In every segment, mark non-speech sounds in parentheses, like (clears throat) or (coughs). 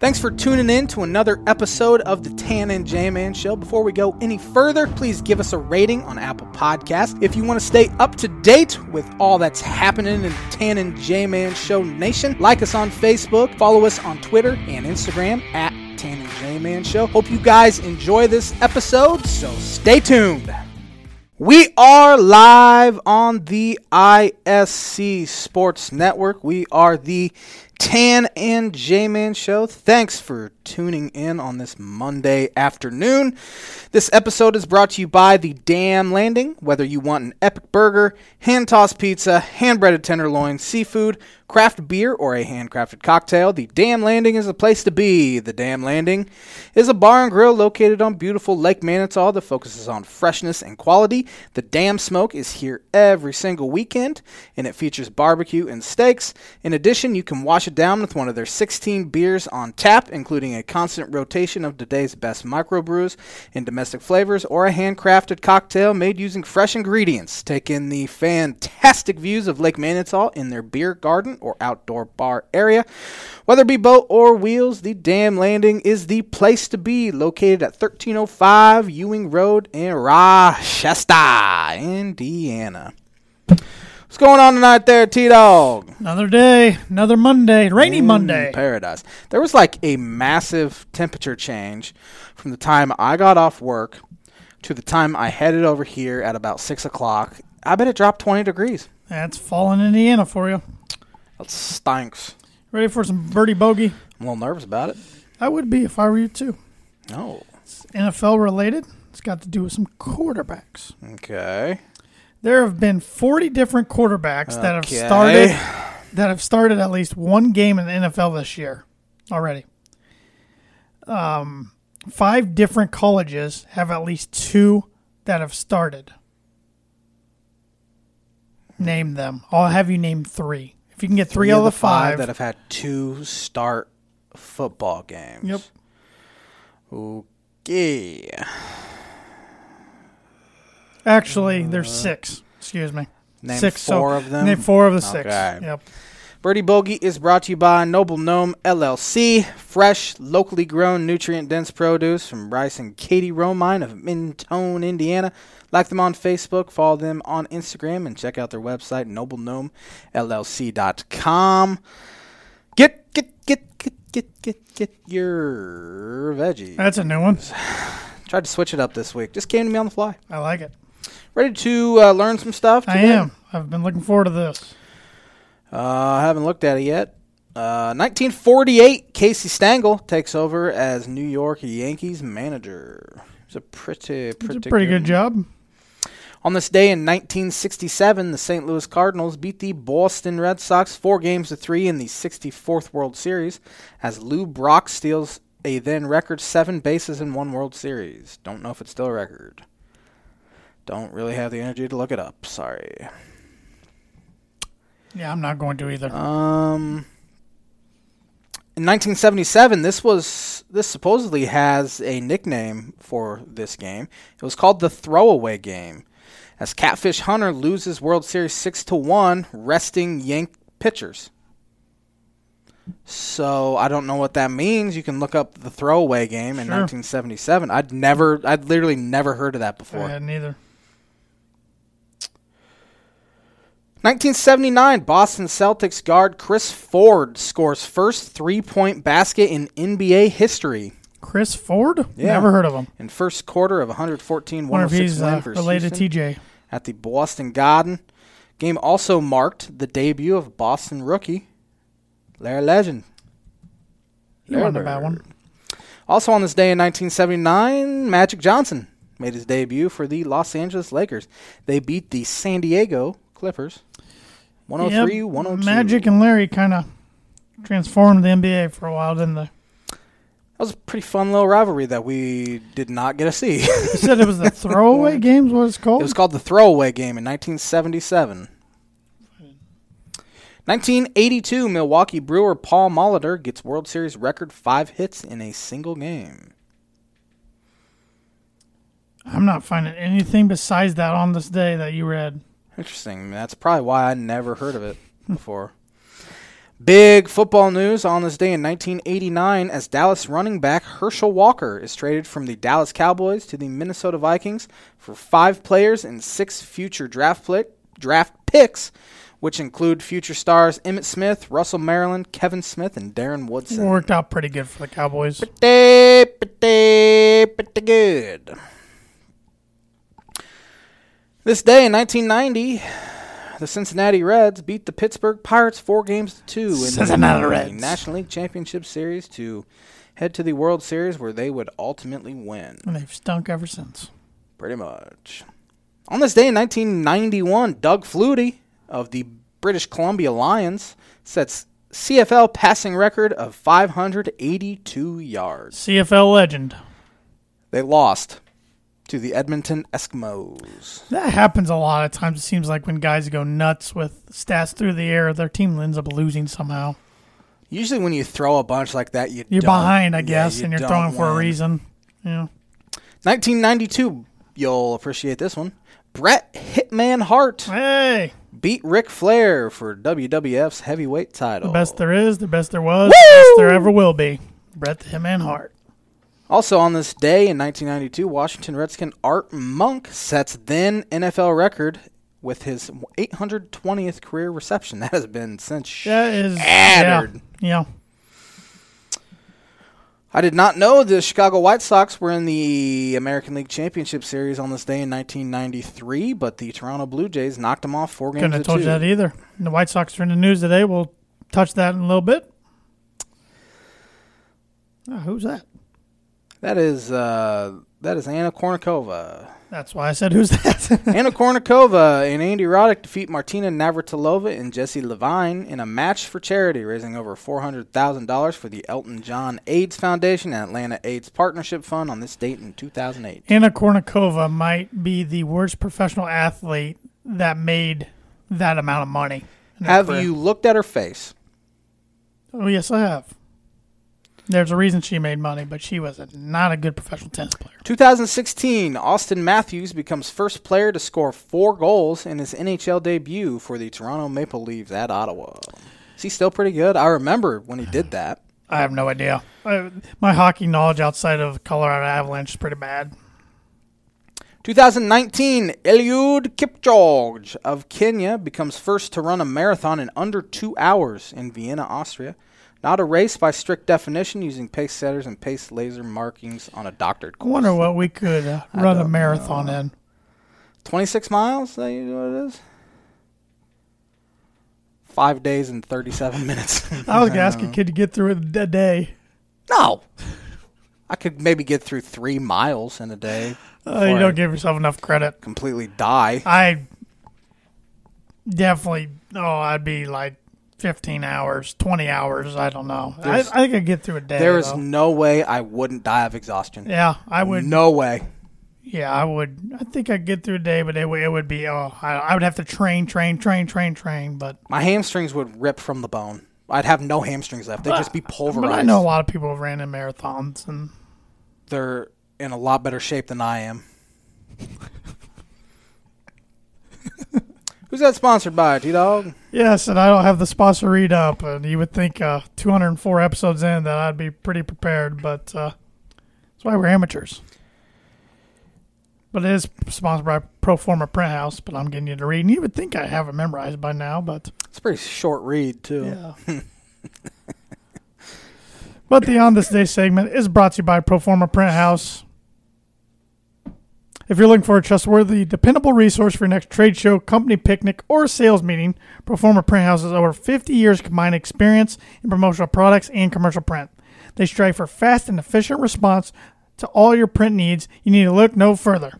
Thanks for tuning in to another episode of the Tan and J Man Show. Before we go any further, please give us a rating on Apple Podcast. If you want to stay up to date with all that's happening in Tan and J Man Show Nation, like us on Facebook, follow us on Twitter and Instagram at Tan and J Man Show. Hope you guys enjoy this episode, so stay tuned. We are live on the ISC Sports Network. We are the Tan and J Man Show. Thanks for tuning in on this Monday afternoon. This episode is brought to you by the Dam Landing. Whether you want an epic burger, hand tossed pizza, hand breaded tenderloin, seafood, craft beer, or a handcrafted cocktail, the Dam Landing is the place to be. The Dam Landing is a bar and grill located on beautiful Lake Manitow that focuses on freshness and quality. The Dam Smoke is here every single weekend, and it features barbecue and steaks. In addition, you can wash it down with one of their 16 beers on tap, including a constant rotation of today's best microbrews in domestic flavors or a handcrafted cocktail made using fresh ingredients. Take in the fantastic views of Lake Manitow in their beer garden or outdoor bar area. Whether it be boat or wheels, the Dam Landing is the place to be, located at 1305 Ewing Road in Rochester, Indiana. What's going on tonight there, T Dog? Another day, another Monday, rainy Mm, Monday. Paradise. There was like a massive temperature change from the time I got off work to the time I headed over here at about six o'clock. I bet it dropped twenty degrees. That's fall in Indiana for you. That stinks. Ready for some birdie bogey? I'm a little nervous about it. I would be if I were you too. Oh, It's NFL related. It's got to do with some quarterbacks. okay. There have been 40 different quarterbacks that have Okay. started that have started at least one game in the NFL this year already. Um, five different colleges have at least two that have started. Name them. I'll have you name three. If you can get three, out of the five, that have had two start football games. Yep. Okay. Actually, there's six. Excuse me. Uh, Name six. so- four of them? Name four of the six. Okay. Yep. Birdie Bogey is brought to you by Noble Gnome LLC. Fresh, locally grown, nutrient dense produce from Rice and Katie Romine of Mentone, Indiana. Like them on Facebook, follow them on Instagram, and check out their website, noblegnomellc.com. Get, get, get, get, get, get, get your veggies. That's a new one. Tried to switch it up this week. Just came to me on the fly. I like it. Ready to uh, learn some stuff? I today? am. I've been looking forward to this. Uh, I haven't looked at it yet. Uh, 1948, Casey Stengel takes over as New York Yankees manager. It's a pretty, pretty, It's a pretty good job. On this day in 1967, the St. Louis Cardinals beat the Boston Red Sox four games to three in the 64th World Series as Lou Brock steals a then record seven bases in one World Series. Don't know if it's still a record. Don't really have the energy to look it up. Sorry. Yeah, I'm not going to either. Um, in 1977, this was this supposedly has a nickname for this game. It was called the Throwaway Game, as Catfish Hunter loses World Series six to one, resting Yank pitchers. So I don't know what that means. You can look up the Throwaway Game in Sure. 1977. I'd never, I'd literally never heard of that before. I hadn't either. 1979, Boston Celtics guard Chris Ford scores first three point basket in NBA history Chris Ford? Yeah. Never heard of him. in first quarter of 114 Wonder if 106 he's win uh, versus related Houston to TJ. at the Boston Garden. Game also marked the debut of Boston rookie Larry Legend. He wasn't a bad one. Also on this day in 1979, Magic Johnson made his debut for the Los Angeles Lakers. They beat the San Diego Clippers 103 Yep, 102. Magic and Larry kind of transformed the NBA for a while, didn't they? That was a pretty fun little rivalry that we did not get to see. (laughs) it You said it was the (laughs) throwaway games, what it's called? was called the Throwaway Game in 1977. 1982, Milwaukee Brewer Paul Molitor gets World Series record five hits in a single game. I'm not finding anything besides that on this day that you read. Interesting. That's probably why I never heard of it before. Big football news on this day in 1989 as Dallas running back Herschel Walker is traded from the Dallas Cowboys to the Minnesota Vikings for five players and six future draft, pli- draft picks, which include future stars Emmett Smith, Russell Maryland, Kevin Smith, and Darren Woodson. Worked out pretty good for the Cowboys. Pretty, pretty, pretty good. This day in 1990, the Cincinnati Reds beat the Pittsburgh Pirates four games to two in Cincinnati the Reds. National League Championship Series to head to the World Series where they would ultimately win. And they've stunk ever since. Pretty much. On this day in 1991, Doug Flutie of the British Columbia Lions sets CFL passing record of 582 yards. CFL legend. They lost to the Edmonton Eskimos. That happens a lot of times. It seems like when guys go nuts with stats through the air, their team ends up losing somehow. Usually, when you throw a bunch like that, you You're don't- behind, I yeah, guess, you and you're don't throwing for a win. reason. Yeah. 1992. You'll appreciate this one. Brett Hitman Hart Hey, beat Ric Flair for WWF's heavyweight title. the best there is, the best there was, the best there ever will be. Brett the Hitman Hart. Also on this day in 1992, Washington Redskin Art Monk sets then NFL record with his 820th career reception. (laughs) That has been since. That is Shattered. Yeah, yeah. I did not know the Chicago White Sox were in the American League Championship Series on this day in 1993, but the Toronto Blue Jays knocked them off four games Couldn't to have told two. you that either. And the White Sox are in the news today. We'll touch that in a little bit. Oh, who's that? e- that is uh, that is Anna Kournikova. That's why I said who's that. (laughs) Anna Kournikova and Andy Roddick defeat Martina Navratilova and Jesse Levine in a match for charity, raising over $400,000 for the Elton John AIDS Foundation and Atlanta AIDS Partnership Fund on this date in 2008. Anna Kournikova might be the worst professional athlete that made that amount of money. in her Have career. you looked at her face? Oh yes, I have. There's a reason she made money, but she was a, not a good professional tennis player. 2016, Austin Matthews becomes first player to score four goals in his NHL debut for the Toronto Maple Leafs at Ottawa. Is he still pretty good? I remember when he did that. I have no idea. I, my hockey knowledge outside of Colorado Avalanche is pretty bad. 2019, Eliud Kipchoge of Kenya becomes first to run a marathon in under two hours in Vienna, Austria. Not a race by strict definition, using pace setters and pace laser markings on a doctored I course. wonder what we could uh, run a marathon in. 26 miles? That you know what it is? Five days and 37 (laughs) (laughs) minutes. I was gonna ask a kid to get through it a day. no! I could maybe get through three miles in a day. Uh, you before I don't give yourself enough credit. completely (laughs) die. I definitely. Oh, I'd be like fifteen hours, twenty hours. I don't know. I, I There's- think I'd get through a day. There is though. no way I wouldn't die of exhaustion. yeah, I would. No way. Yeah, I would. I think I'd get through a day, but it, would- it would be oh, I, I would have to train, train, train, train, train. But My hamstrings would rip from the bone. I'd have no hamstrings left. They'd just be pulverized. Uh, but I know a lot of people who ran in marathons, and They're in a lot better shape than I (laughs) am. Who's that sponsored by, T Dog? yes, and I don't have the sponsor read up. And you would think uh, 204 episodes in that I'd be pretty prepared, but uh, that's why we're amateurs. But it is sponsored by Proforma Print House. But I'm getting you to read, and you would think I have it memorized by now, but It's a pretty short read, too. Yeah. (laughs) but the On This Day segment is brought to you by Proforma Print House. If you're looking for a trustworthy, dependable resource for your next trade show, company picnic, or sales meeting, Proforma Print House has over 50 years of combined experience in promotional products and commercial print. They strive for fast and efficient response to all your print needs. You need to look no further.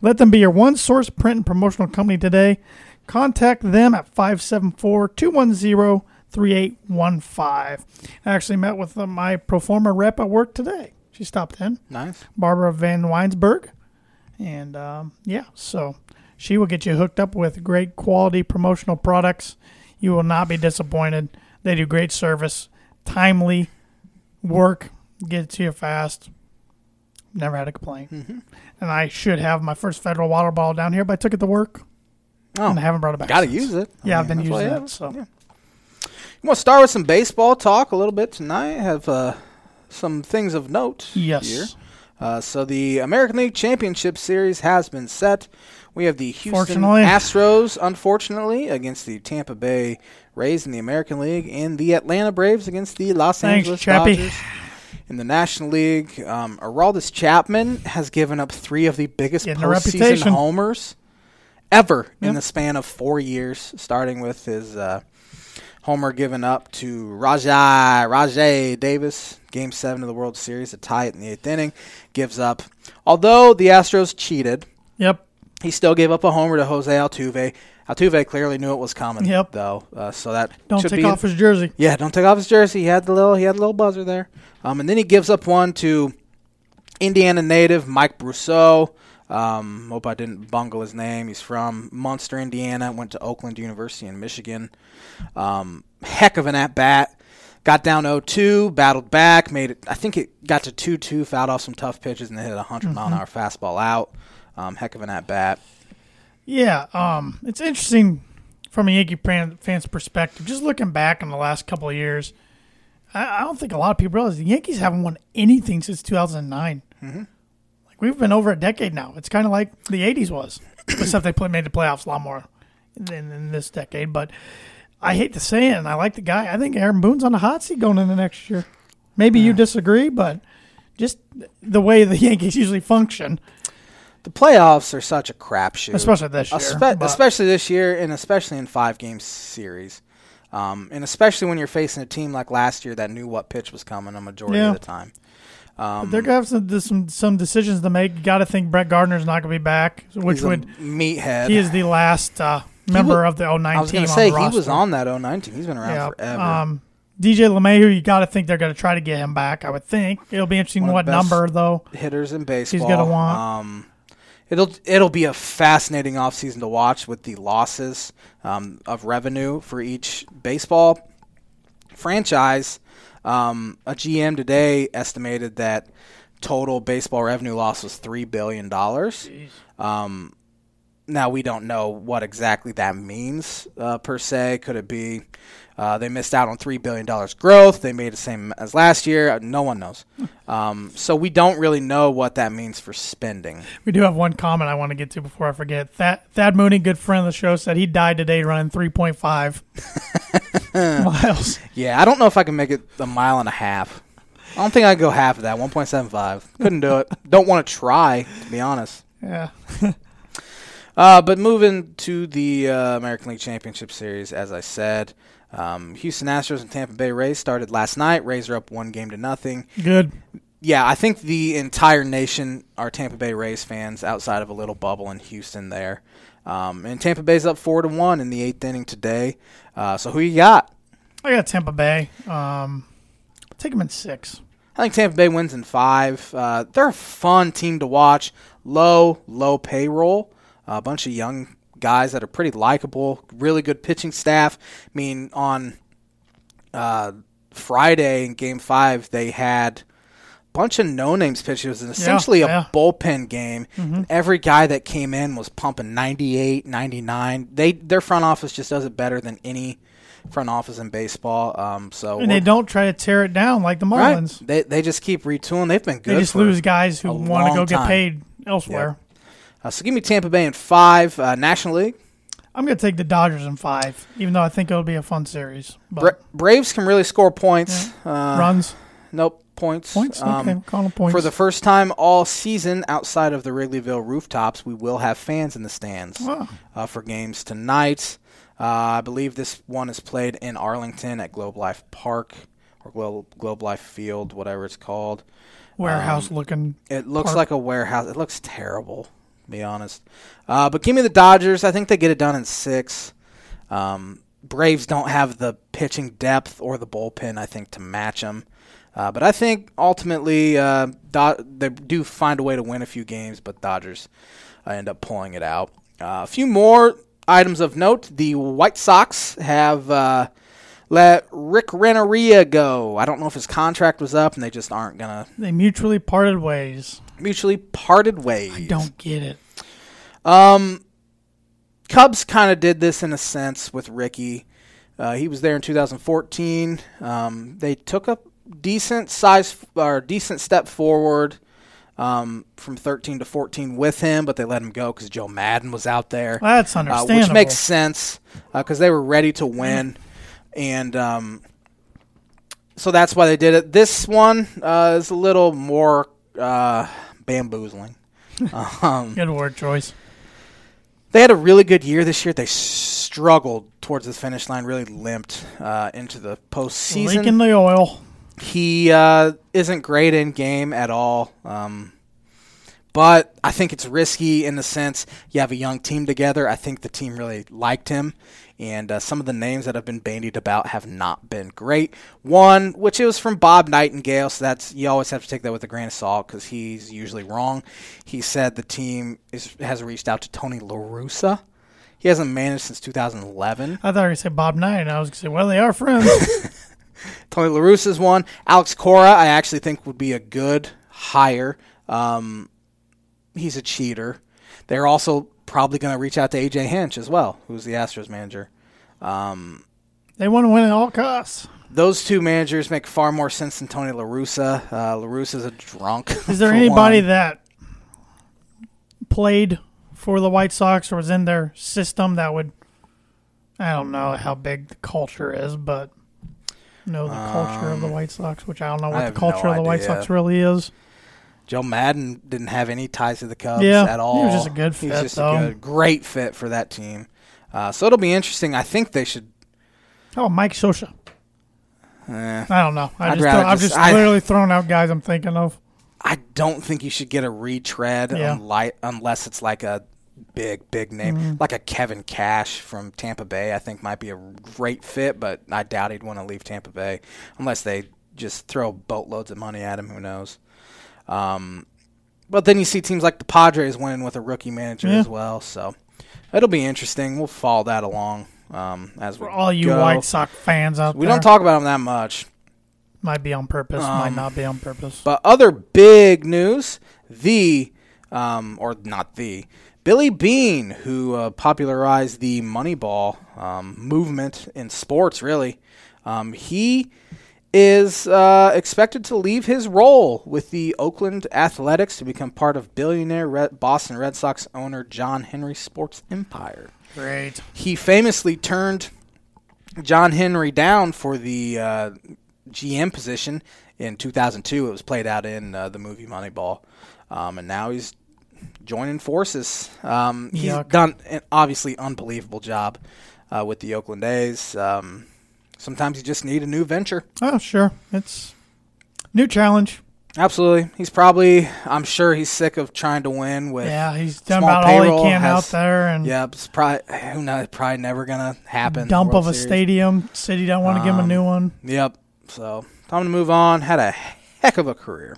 Let them be your one source print and promotional company today. Contact them at 574 210 3815. I actually met with uh, my performer rep at work today. She stopped in, Nice. Barbara Van Weinsberg. And um, yeah, so she will get you hooked up with great quality promotional products. You will not be disappointed. They do great service, timely work, get it to you fast. Never had a complaint. Mm-hmm. And I should have my first federal water bottle down here, but I took it to work Oh, and I haven't brought it back. gotta since. use it. Yeah, I I've been mean, that's why using you it. have So You want to start with some baseball talk a little bit tonight? Have uh, some things of note Yes. here. Uh, so the American League Championship Series has been set. We have the Houston Fortunately. Astros, unfortunately, against the Tampa Bay Rays in the American League, and the Atlanta Braves against the Los Thanks, Angeles Chappie. Dodgers. In the National League, um, Aroldis Chapman has given up three of the biggest Getting a postseason reputation. homers ever in Yep. the span of four years, starting with his uh, homer given up to Rajai Rajay Davis, Game Seven of the World Series, a tie it in the eighth inning, gives up. Although the Astros cheated, Yep. he still gave up a homer to Jose Altuve. Altuve clearly knew it was coming, Yep. though, uh, so that Don't should take be off his jersey. yeah, don't take off his jersey. He had the little he had a little buzzer there. Um, and then he gives up one to Indiana native Mike Brousseau. Um, hope I didn't bungle his name. He's from Munster, Indiana. Went to Oakland University in Michigan. Um, heck of an at bat. Got down 0-2, battled back, made it. I think it got to 2-2, fouled off some tough pitches, and then hit a 100 mile an hour fastball out. Um, heck of an at bat. Yeah, um, it's interesting from a Yankee fan, fan's perspective. Just looking back on the last couple of years, I, I don't think a lot of people realize the Yankees haven't won anything since 2009. Like we've been over a decade now. It's kind of like the 80s was, except they play, made the playoffs a lot more than in this decade. But I hate to say it, and I like the guy. I think Aaron Boone's on the hot seat going into next year. Maybe you disagree, but just the way the (laughs) Yankees usually function, The playoffs are such a crapshoot. especially this year. Espe- but- especially this year, and especially in five game series, um, and especially when you're facing a team like last year that knew what pitch was coming a majority Yeah. of the time. Um, They're gonna have some there's some, some decisions to make. You got to think Brett Gardner's not gonna be back, which he's a would meathead. he is the last uh, member wa- of the 09 I was team gonna say on the he was roster. on that 019. He's been around Yeah, forever. Um, DJ LeMahieu, you got to think they're gonna try to get him back. I would think it'll be interesting One of what the best- number though. Hitters in baseball. gonna want- Um, it'll it'll be a fascinating offseason to watch with the losses um, of revenue for each baseball franchise. Um, a GM today estimated that total baseball revenue loss was three billion dollars. Um, now we don't know what exactly that means uh, per se. Could it be uh, they missed out on three billion dollars growth? They made the same as last year. Uh, No one knows. Um, so we don't really know what that means for spending. We do have one comment I want to get to before I forget. Thad, Thad Mooney, good friend of the show, said he died today (laughs) running 3.5 miles. Yeah, I don't know if I can make it a mile and a half. I don't think I could go half of that. One point seven five. Couldn't do it. Don't want to try. To be honest. Yeah, Uh, but moving to the uh, American League Championship Series, as I said, um, Houston Astros and Tampa Bay Rays started last night. Rays are up one game to nothing. good. Yeah, I think the entire nation are Tampa Bay Rays fans outside of a little bubble in Houston there. Um, and Tampa Bay's up four to one in the eighth inning today. Uh, so who you got? I got Tampa Bay. Um, take him in six. I think Tampa Bay wins in five. Uh, they're a fun team to watch. Low, low payroll. A bunch of young guys that are pretty likable. Really good pitching staff. I mean, on uh, Friday in Game Five, they had a bunch of no names pitchers. and essentially yeah. Mm-hmm. a bullpen game. And Every guy that came in was pumping 98, 99. They their front office just does it better than any front office in baseball. Um, so And they we're- don't try to tear it down like the Marlins. Right. They they just keep retooling. They've been good. They just for- lose guys who a want to long go get time. paid elsewhere. Uh, so give me Tampa Bay in five. Uh, National League. I'm going to take the Dodgers in five, even though I think it'll be a fun series. But Bra- Braves can really score points. Uh, runs, Nope. Points. points, Um, okay, call them points. For the first time all season, outside of the Wrigleyville rooftops, we will have fans in the stands Wow. uh, for games tonight. Uh, I believe this one is played in Arlington at Globe Life Park or Glo- Globe Life Field, whatever it's called. warehouse um, looking. It looks Park. like a warehouse. It looks terrible, to be honest. Uh, but give me the Dodgers. I think they get it done in six. Um, Braves don't have the pitching depth or the bullpen, I think, to match them. Uh, but I think ultimately uh, Do- they do find a way to win a few games, but Dodgers uh, end up pulling it out. Uh, a few more items of note: the White Sox have uh, let Rick Renneria go. I don't know if his contract was up, and they just aren't gonna They mutually parted ways. mutually parted ways. Don't get it. Um, Cubs kind of did this in a sense with Ricky. Uh, he was there in 2014. Um, they took a decent size or decent step forward um, from 13 to 14 with him, but they let him go because Joe Madden was out there. That's uh, understandable. which makes sense because they were ready to win, and um, so that's why they did it. This one uh, is a little more uh, bamboozling. (laughs) um, good word choice. they had a really good year this year. They struggled towards the finish line, really limped uh, into the postseason. Leaking the oil. He uh, isn't great in game at all. Um, but I think it's risky in the sense you have a young team together. I think the team really liked him. And uh, some of the names that have been bandied about have not been great. One, which it was from Bob Nightingale, so that's you always have to take that with a grain of salt because he's usually wrong. He said the team is, has reached out to Tony LaRussa. He hasn't managed since 2011. I thought you said Bob Knight, and I was going to say, well, they (laughs) are friends. Tony LaRusse is one. Alex Cora, I actually think would be a good hire. Um, he's a cheater. They're also probably going to reach out to AJ Hinch as well, who's the Astros manager. they want to win at all costs. Those two managers make far more sense than Tony LaRussa. Uh, LaRussa's a drunk. (laughs) Is there for anybody one. that played for the White Sox or was in their system that would? I don't know how big the culture is, but know the culture of the White Sox, which I don't know what Um, have the culture no of the White idea. Sox really is. Joe Madden didn't have any ties to the Cubs Yeah, at all. he was just a good He's fit, just though. a good, great fit for that team. Uh, so it'll be interesting. I think they should. Oh, Mike Sosha. Eh, I don't know. I I'd just rather throw- I've just- just I- literally thrown out guys I'm thinking of. I don't think you should get a retread Yeah. unli- unless it's like a big, big name, Mm-hmm. like a Kevin Cash from Tampa Bay. I think might be a great fit, but I doubt he'd want to leave Tampa Bay unless they just throw boatloads of money at him. Who knows? Um, but then you see teams like the Padres winning with a rookie manager Yeah. as well, so it'll be interesting. We'll follow that along um, as we For all you go. White Sox fans out we there, don't talk Um, about them that much, might be on purpose, might not be on purpose. But other big news, the um, or not the Billy Bean, who uh, popularized the Moneyball um, movement in sports, really, um, he is uh, expected to leave his role with the Oakland Athletics to become part of billionaire Red- Boston Red Sox owner John Henry Sports Empire Great. he famously turned John Henry down for the uh, GM position in 2002. It was played out in uh, the movie Moneyball, um, and now he's joining forces. Um, he's Yuck. done an obviously unbelievable job uh, with the Oakland A's. Um, sometimes you just need a new venture. Oh, sure. It's new challenge. Absolutely, he's probably. I'm sure he's sick of trying to win with. Yeah, he's done Small about all payroll he can has- out there, and Yeah, it's probably who knows. Probably never gonna happen. dump World of a Series. Um, stadium. City don't want to give him a new one. Yep. So time to move on. Had a heck of a career.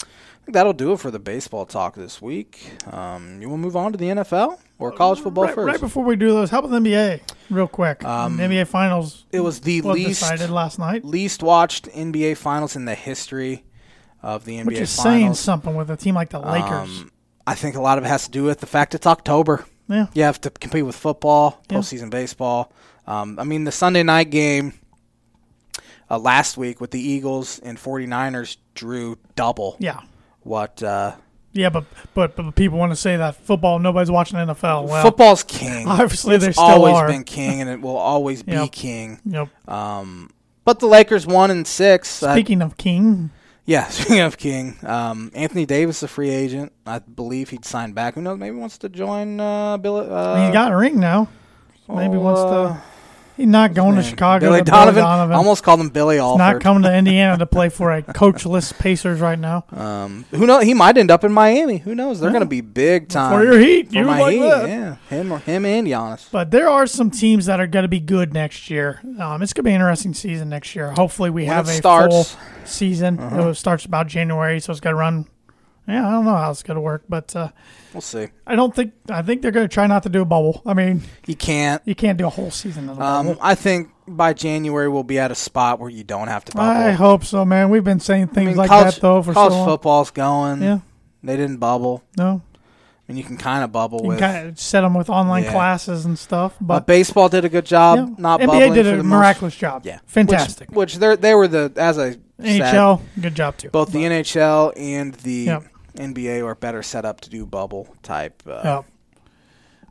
I think that'll do it for the baseball talk this week. Um, you want to move on to the NFL or college football Uh, Right, first? Um, right before we do those, how about the NBA? Real quick, the NBA Finals it was the was least decided last night, least watched NBA Finals in the history of the NBA which is saying Finals. something with a team like the Lakers. Um, I think a lot of it has to do with the fact it's October. Yeah, You have to compete with football, Yeah. postseason baseball. Um, I mean, the Sunday night game uh, last week with the Eagles and 49ers drew double yeah, what uh, yeah. But but, but people want to say that football. Nobody's watching NFL. Well, football's (laughs) king. obviously they It's still always are. been king, and it will always be Yep. king. Yep. Um, but the Lakers won in six. Uh, Speaking of King, yeah, (laughs) speaking of king, um, Anthony Davis is a free agent. I believe he'd sign back. Who knows? Maybe wants to join uh, Bill. Uh, he's got a ring now. So maybe wants uh, to. He's not going to man, Chicago. Billy to Bill Donovan. Donovan. Almost called him Billy not Alford. (laughs) coming to Indiana to play for a coachless Pacers right now. um, who knows? He might end up in Miami. Who knows? They're going to be big time For your Heat, For you my like Heat, that. Yeah, him or him and Giannis. But there are some teams that are going to be good next year. Um, it's going to be an interesting season next year. Hopefully, we When have it a starts. Uh-huh. full season. It starts about January, so it's going to run. Yeah, I don't know how it's going to work, but uh, We'll see. I don't think I think they're going to try not to do a bubble. I mean, You can't. you can't do a whole season in a bubble. Um, I think by January we'll be at a spot where you don't have to bubble. I hope so, man. We've been saying I things mean, like college, that though for so college long. football's going. Yeah, They didn't bubble. no, I and you can kind of bubble You with. can kind of set them with online Yeah. classes and stuff. but But baseball did a good job, yeah, not bubbling NBA did for a the miraculous job. Most, yeah, fantastic. Which, which they're- they were the as I said, NHL, good job too. both the NHL and the Yeah. NBA are better set up to do bubble type uh, Yeah.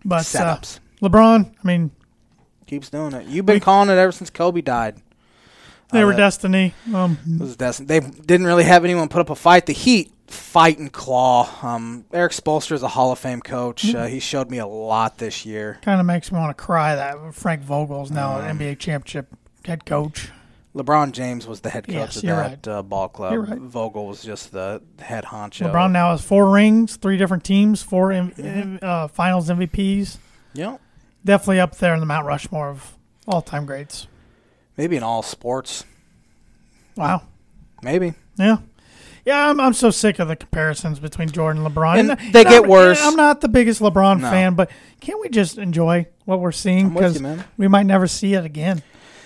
But uh, setups. LeBron, I mean, Keeps doing it. You've been We- calling it ever since Kobe died. they Uh, were that- destiny. Um, It was destined. They didn't really have anyone put up a fight. The Heat fight and claw. Um, Eric Spolster is a Hall of Fame coach. Mm-hmm. Uh, he showed me a lot this year. kind of makes me want to cry that Frank Vogel's now Uh-huh. an NBA championship head coach. LeBron James was the head coach Yes, of you're that uh, ball club. You're right. Vogel was just the head honcho. LeBron now has four rings, three different teams, four M- Mm-hmm. uh, Finals MVPs. Yeah. Definitely up there in the Mount Rushmore of all-time greats. Maybe in all sports. Wow. Maybe. Yeah. Yeah, I'm, I'm so sick of the comparisons between Jordan and LeBron. And they get I'm- worse. I'm not the biggest LeBron No. fan, but can't we just enjoy what we're seeing? I'm with you, Because man. we might never see it again.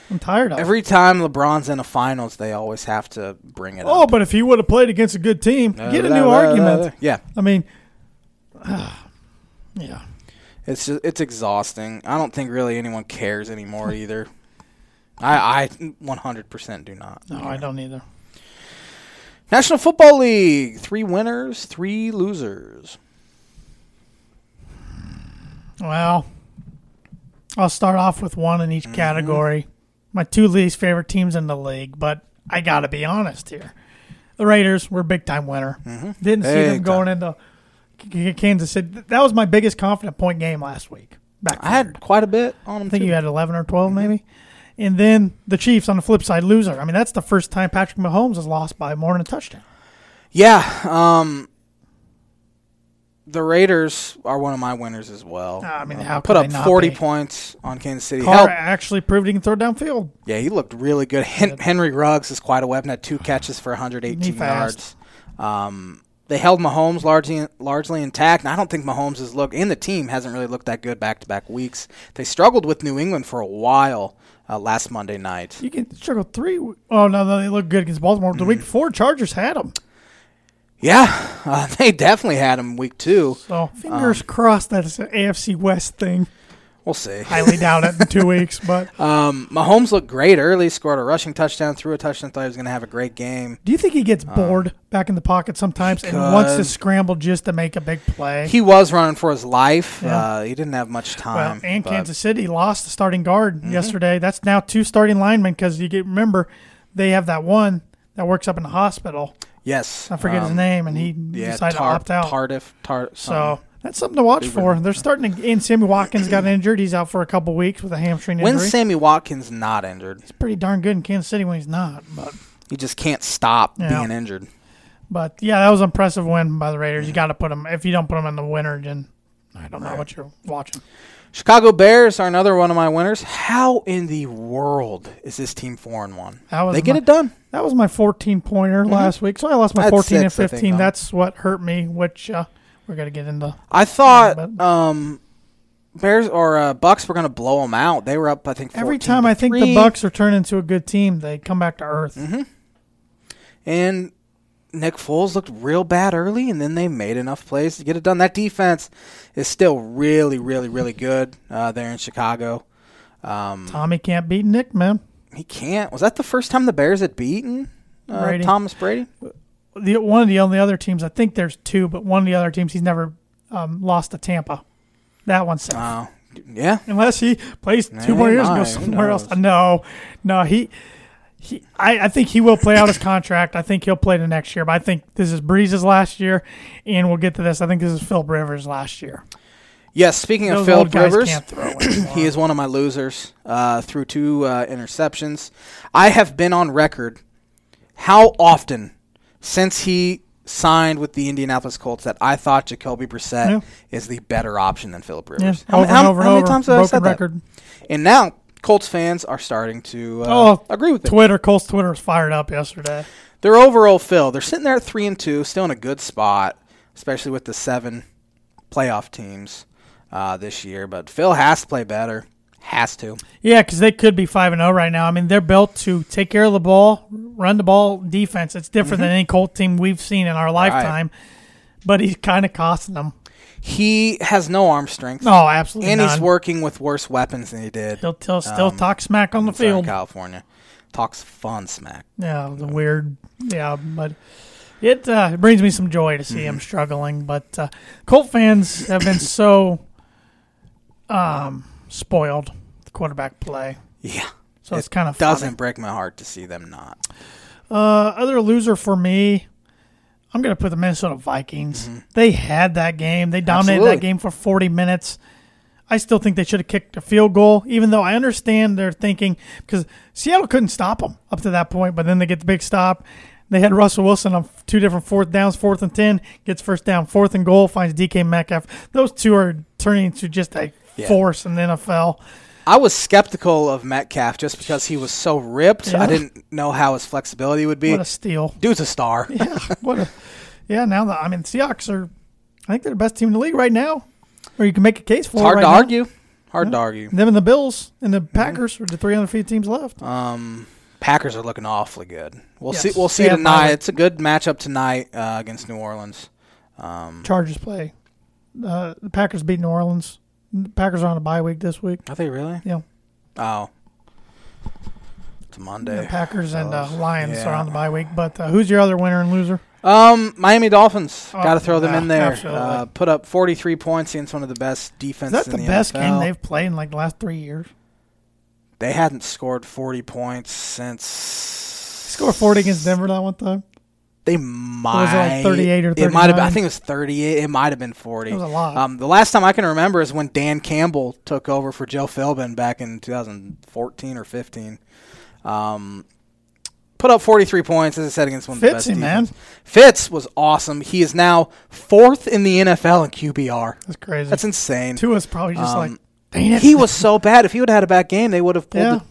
I'm tired of it. Every time LeBron's in a finals, they always have to bring it Oh, up. but if he would have played against a good team, Oh, get a new argument. Yeah. I mean, (sighs) yeah. It's just, it's exhausting. I don't think really anyone cares anymore (laughs) either. I I 100% do not. No, I don't either. National Football League, three winners, three losers. Well, I'll start off with one in each category. My two least favorite teams in the league, but I got to be honest here. The Raiders were a big time winner. Didn't see them Big going into K- K- Kansas City. Th- That was my biggest confident point game last week. Back I had Mm-hmm. quite a bit on them. I think too. you had 11 or 12 maybe. And then the Chiefs on the flip side loser. I mean, that's the first time Patrick Mahomes has lost by more than a touchdown. yeah. Um, the Raiders are one of my winners as well. I mean, Um, how put could up Ah, they not forty be? points on Kansas City? Carr Help. actually proved he can throw downfield. Yeah, he looked really good. Hen- Henry Ruggs is quite a weapon. Had two catches for He 118 fast. yards. Um, they held Mahomes largely largely intact, and I don't think Mahomes has looked and the team hasn't really looked that good back to back weeks. They struggled with New England for a while uh, last Monday night. You can struggle three. Oh no, no, they look good against Baltimore. The Mm. week before, Chargers had them. Yeah, (laughs) uh, they definitely had him week two. So fingers Ah. crossed that's an AFC West thing. We'll see. (laughs) Highly doubt it in two weeks, but Um, Mahomes looked great early. Scored a rushing touchdown, threw a touchdown. Thought he was going to have a great game. do you think he uh, gets bored back in the pocket sometimes and wants to could. scramble just to make a big play? He was running for his life. Yeah. Uh, he didn't have much well, time. and but- Mm-hmm. Kansas City lost the starting guard yesterday. That's now two starting linemen because you get remember they have that one that works up in the hospital. Yes, I forget his um, name, and he Yeah, decided tar- to opt out. Tardif, tar- So something. that's something to watch for. They're starting to. And Sammy Watkins got injured. He's out for a couple weeks with a hamstring injury. when's Sammy Watkins not injured? Pretty darn good in Kansas City when he's not. But He just can't stop Yeah. being injured. but yeah, that was an impressive win by the Raiders. You got to put them. If you don't put them in the winner, then I don't know what you're watching. Chicago Bears are another one of my winners. How in the world is this team four and one? That was They get my- it done. Mm-hmm. That was my 14 pointer last week. So I lost my That's 14 and six, I think, 15. though. that's what hurt me. Which uh, we're gonna get into. I thought but- um, Bears or uh, Bucks were going to blow them out. They were up, I think. 14 Every time to Mm-hmm. I think three, the Bucks are turned into a good team, they come back to earth. and Nick Foles looked real bad early, and then they made enough plays to get it done. That defense is still really, really, really good uh, there in Chicago. Um, Tommy can't beat Nick, man. He can't. Was that the first time the Bears had beaten uh, Brady. Thomas Brady? the one of the only other teams. I think there's two, but one of the other teams he's never um, lost to Tampa. That one's safe. Oh, yeah. Unless he plays two Man, more years and my, goes who somewhere else. knows? No, no, he, he. I, I think he will play out his contract. I think he'll play the next year. But I think this is Breeze's last year, and we'll get to this. I think this is Phil Rivers' last year. Yes. Speaking Those of Phil old guys Rivers, can't (clears throat) throw anymore. he is one of my losers uh, through two uh, interceptions. I have been on record how often since he signed with the Indianapolis Colts that I thought Jacoby Brissett Yeah. is the better option than Philip Yeah, Rivers. over and over and many over. times have broken I said record. that? And now Colts fans are starting to uh, Oh, agree with it. Twitter, Cole's Twitter was fired up yesterday. They're overall Phil. They're sitting there at three and two, still in a good spot, especially with the seven playoff teams uh, this year. But Phil has to play better. Has to. Yeah, because they could be five and zero right now. I mean, they're built to take care of the ball, run the ball, Mm-hmm. defense. It's different than any Colt team we've seen in our lifetime. But he's kind of costing them. He has no arm strength, No, absolutely and not. he's working with worse weapons than he did. He'll tell, still talk smack on the Sorry, field. California talks fun smack. Yeah, the weird. Yeah, but it uh, it brings me some joy to see Mm-hmm. him struggling. But uh, Colt fans (coughs) have been so um, spoiled with quarterback play, Yeah, so It it's kind of doesn't funny. break my heart to see them not. Uh, other loser for me. I'm going to put the Minnesota Vikings. They had that game. They dominated that Mm-hmm. Absolutely. game for 40 minutes. I still think they should have kicked a field goal, even though I understand their thinking because Seattle couldn't stop them up to that point. But then they get the big stop. They had Russell Wilson on two different fourth downs, fourth and 10, gets first down, fourth and goal, finds DK Metcalf. Those two are turning into just a Yeah. force in the NFL. I was skeptical of Metcalf just because he was so ripped. Yeah. I didn't know how his flexibility would be. What a steal. Dude's a star. yeah, what a yeah. Now the I mean, Seahawks are, I think they're the best team in the league right now, or you can make a case for It's it hard right to now. argue. Mm-hmm. Hard to argue. Them and the Bills and the Packers are the three other few teams left. Um, Packers are looking awfully good. We'll Yes. see. We'll see Yeah, tonight. probably. It's a good matchup tonight uh, against New Orleans. Um, Chargers play. Uh, the Packers beat New Orleans. The Packers are on a bye week this week. are they really? Yeah, Oh, it's the Monday. Packers (sighs) and uh, Those. Lions are Yeah. on the bye week. But uh, who's your other winner and loser? Um, Miami Dolphins. Oh, Got to throw them yeah, in there. absolutely. Uh, put up 43 points against one of the best Is defenses that in the the, best game NFL. they've played in like the last three years? They hadn't scored 40 points since. Score Score forty against Denver that one time. They was might. it, like, 38 or It might have been, I 39? think it was 38. It might have been 40. That was a lot. Um, the last time I can remember is when Dan Campbell took over for Joe Philbin back in 2014 or 15. Um, put up 43 points, as I said, against one of the best Fitzy, man. defense. Fitz was awesome. He is now fourth in the NFL in QBR. That's crazy. That's insane. Two is probably just Um, like, dang it. He was so bad. If he would have had a bad game, they would have pulled Yeah. the